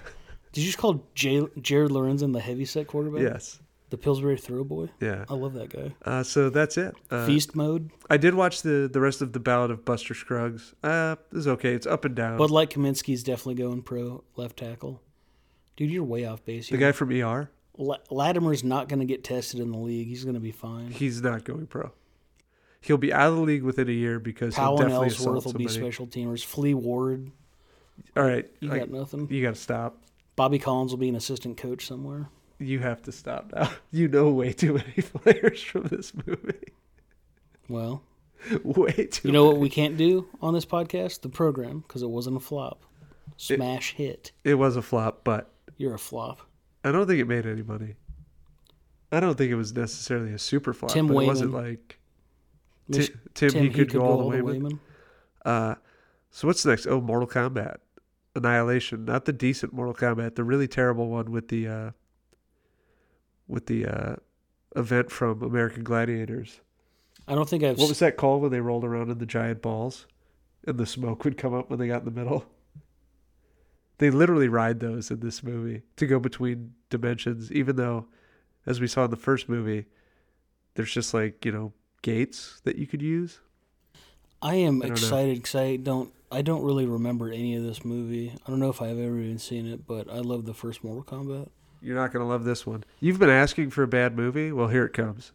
C: Did you just call J- Jared Lorenzen the heavyset quarterback?
A: Yes.
C: The Pillsbury throw boy?
A: Yeah.
C: I love that guy.
A: Uh, so that's it. Uh,
C: Um, Feast mode.
A: I did watch the the rest of the Ballad of Buster Scruggs. Uh, it's okay. It's up and down.
C: Bud Light Kaminsky's definitely going pro left tackle. Dude, you're way off base.
A: the
C: here.
A: guy from ER,
C: La- Latimer's not going to get tested in the league. He's going to be fine.
A: he's not going pro. He'll be out of the league within a year because
C: Powell
A: he'll
C: and
A: definitely
C: Ellsworth
A: assault
C: will be
A: somebody.
C: special teamers. Flea Ward,
A: All right,
C: you
A: like,
C: got nothing.
A: you got to stop.
C: Bobby Collins will be an assistant coach somewhere.
A: You have to stop now. You know way too many players from this movie.
C: Well,
A: Way too.
C: you know what we can't do on this podcast? The program, because it wasn't a flop. Smash hit.
A: it was a flop, but
C: You're a flop.
A: I don't think it made any money. I don't think it was necessarily a super flop.
C: Tim
A: but it wasn't
C: Wayman.
A: like Ti- Tim, he could go all the way. With.
C: man.
A: Uh, so what's next? Oh, Mortal Kombat Annihilation, not the decent Mortal Kombat, the really terrible one with the uh, with the uh, event from American Gladiators.
C: I don't think I've.
A: What was that called when they rolled around in the giant balls, and the smoke would come up when they got in the middle? They literally ride those in this movie to go between dimensions, even though, as we saw in the first movie, there's just like you know gates that you could use.
C: I am
A: I don't know.
C: excited because I don't. I don't really remember any of this movie. I don't know if I've ever even seen it, but I love the first Mortal Kombat.
A: You're not going to love this one. You've been asking for a bad movie. Well, here it comes.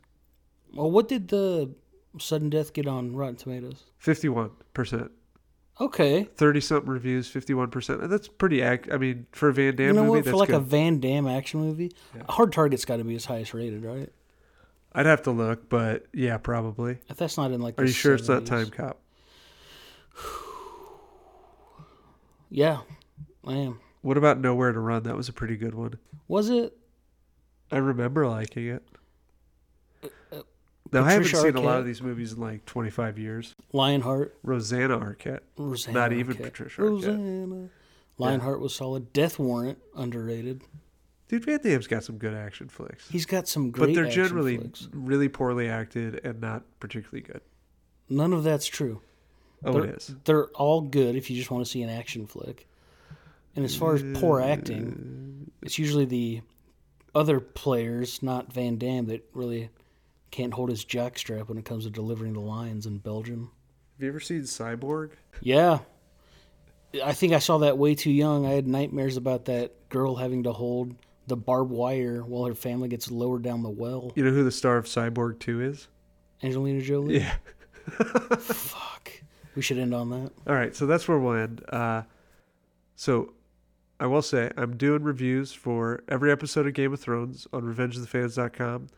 C: Well, what did the sudden death get on Rotten Tomatoes?
A: 51%.
C: Okay,
A: 30 something reviews, 51%. That's pretty ac- I mean, for a Van Damme
C: you know
A: movie,
C: what?
A: that's
C: For like a
A: good.
C: Van Damme action movie, Hard Target's got to be his highest rated, right?
A: I'd have to look, but yeah, probably.
C: If that's not in like,
A: Are
C: the
A: you sure it's not
C: 70s.
A: Time Cop?
C: Yeah, I am.
A: What about Nowhere to Run? That was a pretty good one.
C: Was it?
A: I remember liking it. Now, I haven't seen a
C: Patricia
A: lot
C: Arquette?
A: of these movies in like 25 years.
C: Lionheart,
A: Rosanna Arquette.
C: Rosanna
A: Not even
C: Arquette.
A: Patricia Arquette.
C: Rosanna. Lionheart was solid. Death Warrant underrated.
A: Dude, Van Damme's got some good action flicks.
C: He's got some great.
A: But they're
C: action
A: generally
C: flicks.
A: really poorly acted and not particularly good.
C: none of that's true.
A: Oh,
C: they're,
A: it is.
C: They're all good if you just want to see an action flick. And as far as poor
A: Uh,
C: acting, it's usually the other players, not Van Damme, that really can't hold his jockstrap when it comes to delivering the lines in Belgium.
A: Have you ever seen Cyborg?
C: Yeah. I think I saw that way too young. I had nightmares about that girl having to hold the barbed wire while her family gets lowered down the well.
A: You know who the star of Cyborg 2 is?
C: Angelina Jolie.
A: Yeah.
C: Fuck. We should end on that.
A: All right, so that's where we'll end. Uh, so I will say I'm doing reviews for every episode of Game of Thrones on RevengeOfTheFans.com.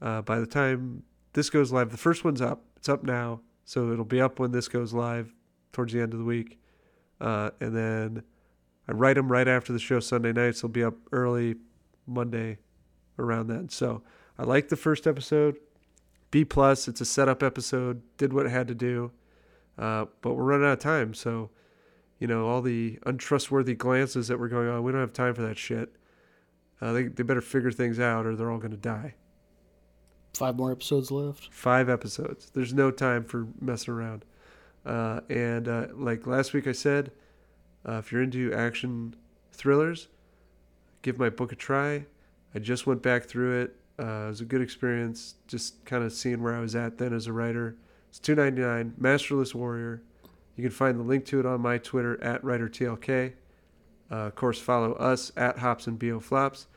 A: Uh, by the time this goes live, the first one's up. It's up now, so it'll be up when this goes live towards the end of the week. Uh, and then I write them right after the show Sunday nights. They'll be up early Monday around then. So I like the first episode. B plus. It's a setup episode. Did what it had to do. Uh, but we're running out of time. So, you know, all the untrustworthy glances that were going on, we don't have time for that shit. Uh, they, they better figure things out or they're all going to die.
C: Five more episodes left.
A: Five episodes. There's no time for messing around. Uh, and uh, like last week I said, uh, if you're into action thrillers, give my book a try. I just went back through it. Uh, it was a good experience, just kind of seeing where I was at then as a writer. It's two ninety nine. Masterless Warrior. You can find the link to it on my Twitter at WriterTLK. Uh, of course, follow us at Hops and Bo Flops.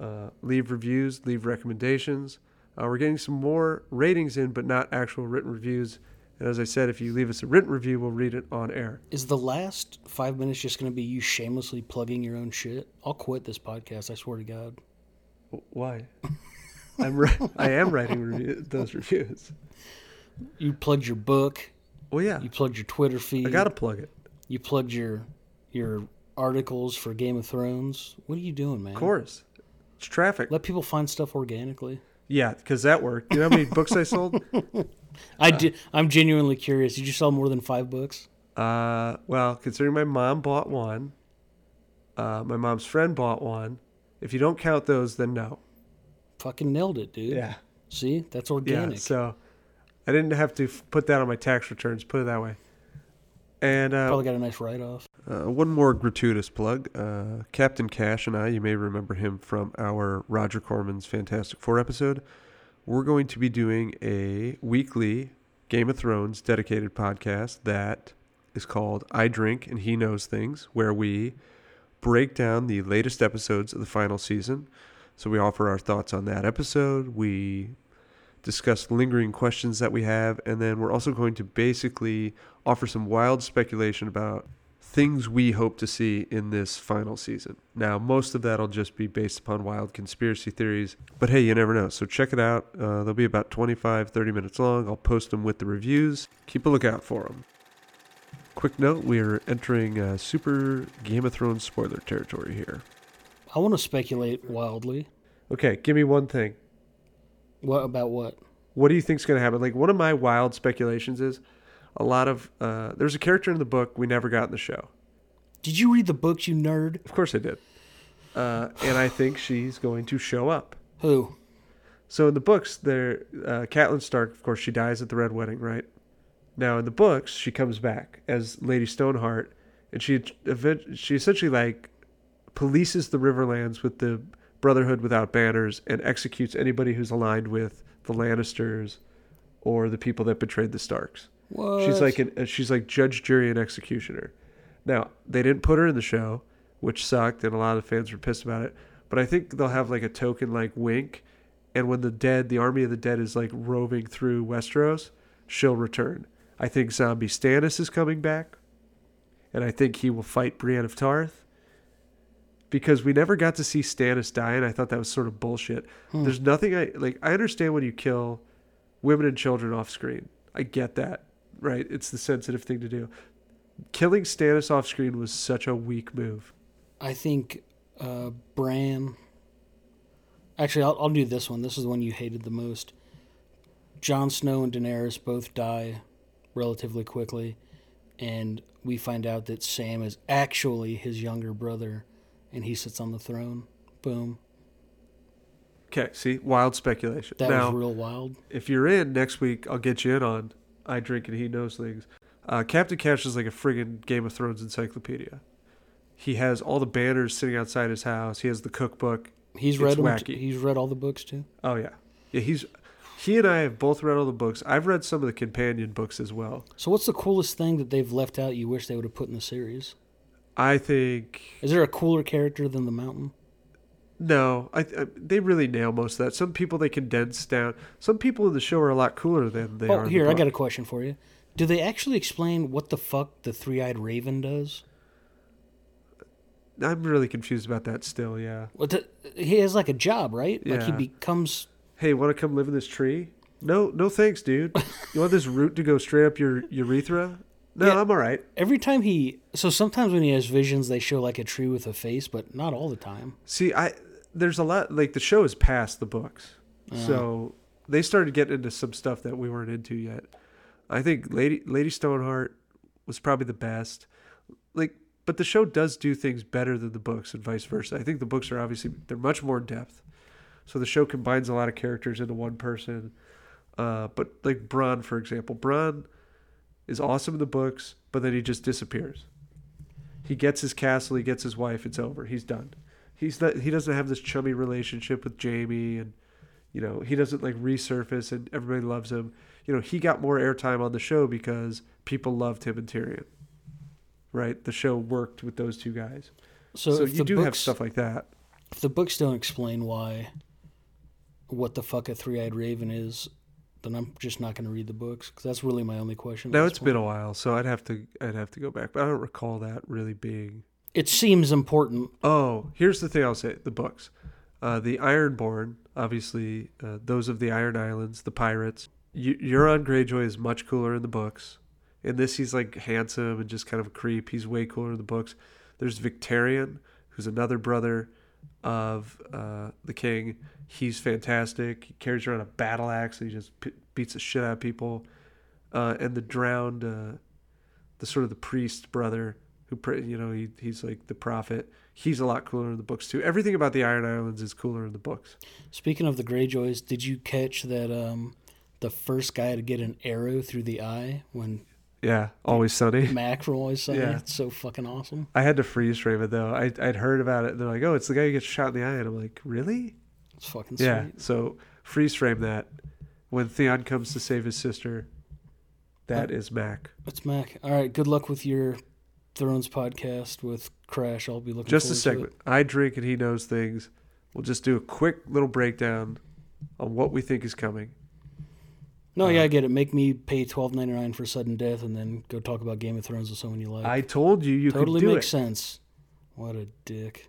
A: Uh, leave reviews, leave recommendations. Uh, we're getting some more ratings in, but not actual written reviews. And as I said, if you leave us a written review, we'll read it on air.
C: Is the last five minutes just going to be you shamelessly plugging your own shit? I'll quit this podcast. I swear to God.
A: Why? I'm ri- I am writing review- those reviews.
C: You plugged your book.
A: Well, yeah,
C: You plugged your Twitter feed.
A: I gotta plug it.
C: You plugged your your articles for Game of Thrones. What are you doing, man?
A: Of course, it's traffic.
C: Let people find stuff organically.
A: Yeah, because that worked. You know how many books I sold?
C: I did. I'm genuinely curious. Did you sell more than five books?
A: Uh, well, considering my mom bought one, uh, my mom's friend bought one. If you don't count those, then no.
C: Fucking nailed it, dude. See, that's organic.
A: Yeah, so I didn't have to f- put that on my tax returns. Put it that way. And uh,
C: Probably got a nice write off.
A: Uh, one more gratuitous plug. Uh, Captain Cash and I, you may remember him from our Roger Corman's Fantastic Four episode. We're going to be doing a weekly Game of Thrones dedicated podcast that is called I Drink and He Knows Things, where we break down the latest episodes of the final season. So we offer our thoughts on that episode. We discuss lingering questions that we have, and then we're also going to basically offer some wild speculation about things we hope to see in this final season. Now, most of that'll just be based upon wild conspiracy theories, but hey, you never know. So check it out. Uh, they'll be about 25, 30 minutes long. I'll post them with the reviews. Keep a lookout for them. Quick note, we are entering uh, super Game of Thrones spoiler territory here.
C: I want to speculate wildly.
A: Okay, give me one thing.
C: What about what?
A: what do you think's going to happen? Like one of my wild speculations is a lot of uh, there's a character in the book we never got in the show.
C: Did you read the books, you nerd?
A: Of course I did, uh, and I think she's going to show up.
C: Who?
A: So in the books, there, uh, Catelyn Stark, of course, she dies at the Red Wedding, right? Now in the books, she comes back as Lady Stoneheart, and she event- she essentially like polices the Riverlands with the Brotherhood without banners and executes anybody who's aligned with the Lannisters or the people that betrayed the Starks.
C: What?
A: She's like an, uh, she's like judge, jury, and executioner. Now they didn't put her in the show, which sucked, and a lot of fans were pissed about it. But I think they'll have like a token like wink, and when the dead, the army of the dead is like roving through Westeros, she'll return. I think zombie Stannis is coming back, and I think he will fight Brienne of Tarth. Because we never got to see Stannis die, and I thought that was sort of bullshit.
C: Hmm.
A: There's nothing I like. I understand when you kill women and children off screen. I get that, right? It's the sensitive thing to do. Killing Stannis off screen was such a weak move.
C: I think uh, Bran. Actually, I'll, I'll do this one. This is the one you hated the most. Jon Snow and Daenerys both die relatively quickly, and we find out that Sam is actually his younger brother, and he sits on the throne. Boom.
A: Okay, see, wild speculation.
C: That
A: now,
C: was real wild.
A: if you're in next week, I'll get you in on I Drink and He Knows Things. Uh, Captain Cash is like a friggin' Game of Thrones encyclopedia. He has all the banners sitting outside his house. He has the cookbook.
C: He's
A: It's
C: read 'em t-
A: wacky.
C: he's read all the books too.
A: Oh yeah, yeah. He's he and I have both read all the books. I've read some of the companion books as well.
C: So what's the coolest thing that they've left out you wish they would have put in the series?
A: I think
C: Is there a cooler character than the mountain?
A: no. I, I they really nail most of that. Some people they condense down. Some people in the show are a lot cooler than they are.
C: oh,
A: in the
C: here I
A: book.
C: got a question for you. Do they actually explain what the fuck the three-eyed raven does?
A: I'm really confused about that still. Yeah.
C: What the, he has like a job, right? Like he
A: Yeah.
C: becomes
A: Hey, want to come live in this tree? No, no, thanks, dude. You want this root to go straight up your urethra? No,
C: Yeah.
A: I'm all right.
C: every time he. So sometimes when he has visions, they show like a tree with a face, but not all the time.
A: See, I there's a lot like the show is past the books, so they started getting into some stuff that we weren't into yet. I think Lady Lady Stoneheart was probably the best. Like, but the show does do things better than the books, and vice versa. I think the books are obviously they're much more in depth, so the show combines a lot of characters into one person. Uh, but like Bron, for example, Bron is awesome in the books, but then he just disappears. He gets his castle, he gets his wife, it's over. He's done. He's not, he doesn't have this chummy relationship with Jamie and you know, he doesn't like resurface and everybody loves him. You know, he got more airtime on the show because people loved him and Tyrion. Right? The show worked with those two guys.
C: So,
A: So,
C: if
A: you
C: the
A: do
C: books,
A: have stuff like that.
C: If the books don't explain why, what the fuck a three-eyed raven is, then I'm just not going to read the books 'cause that's really my only question. at
A: Now
C: this
A: it's
C: point.
A: been a while, so I'd have to I'd have to go back, but I don't recall that really being
C: It seems important.
A: Oh, here's the thing I'll say the books. Uh, the Ironborn, obviously, uh, those of the Iron Islands, the pirates. Eu- Euron Greyjoy is much cooler in the books. In this, he's like handsome and just kind of a creep. He's way cooler in the books. There's Victarion, who's another brother of uh, the king. He's fantastic. He carries around a battle axe and he just p- beats the shit out of people. Uh, and the drowned. Uh, the sort of the priest brother who pray, you know he, he's like the prophet he's a lot cooler in the books too everything about the iron islands is cooler in the books
C: Speaking of the Greyjoys, did you catch that um, the first guy to get an arrow through the eye when
A: yeah always sunny
C: Mackerel was saying
A: Yeah.
C: it's so fucking awesome?
A: i had to freeze frame it though I, i'd heard about it and they're like oh it's the guy who gets shot in the eye and i'm like really
C: It's fucking
A: yeah
C: sweet.
A: so freeze frame that when theon comes to save his sister that is mac
C: It's Mac. All right, good luck with your Thrones podcast with Crash. I'll be looking
A: just a
C: forward
A: segment i drink and he knows things we'll just do a quick little breakdown on what we think is coming
C: To it.
A: Uh-huh.
C: No, yeah, I get it. Make me pay twelve ninety nine for sudden death, and then go talk about Game of Thrones with someone you like.
A: i told you you
C: totally
A: could do
C: makes
A: it
C: sense. What a dick.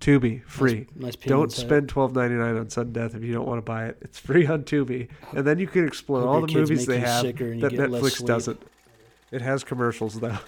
A: tubi free
C: Nice. pin
A: Don't
C: inside.
A: spend twelve ninety nine on sudden death if you don't want to buy it. It's free on Tubi, and then you can explore
C: Hope
A: all
C: your
A: the
C: kids
A: movies
C: make
A: they
C: you
A: have
C: sicker and you
A: that
C: get less
A: Netflix
C: sleep.
A: doesn't. It has commercials though.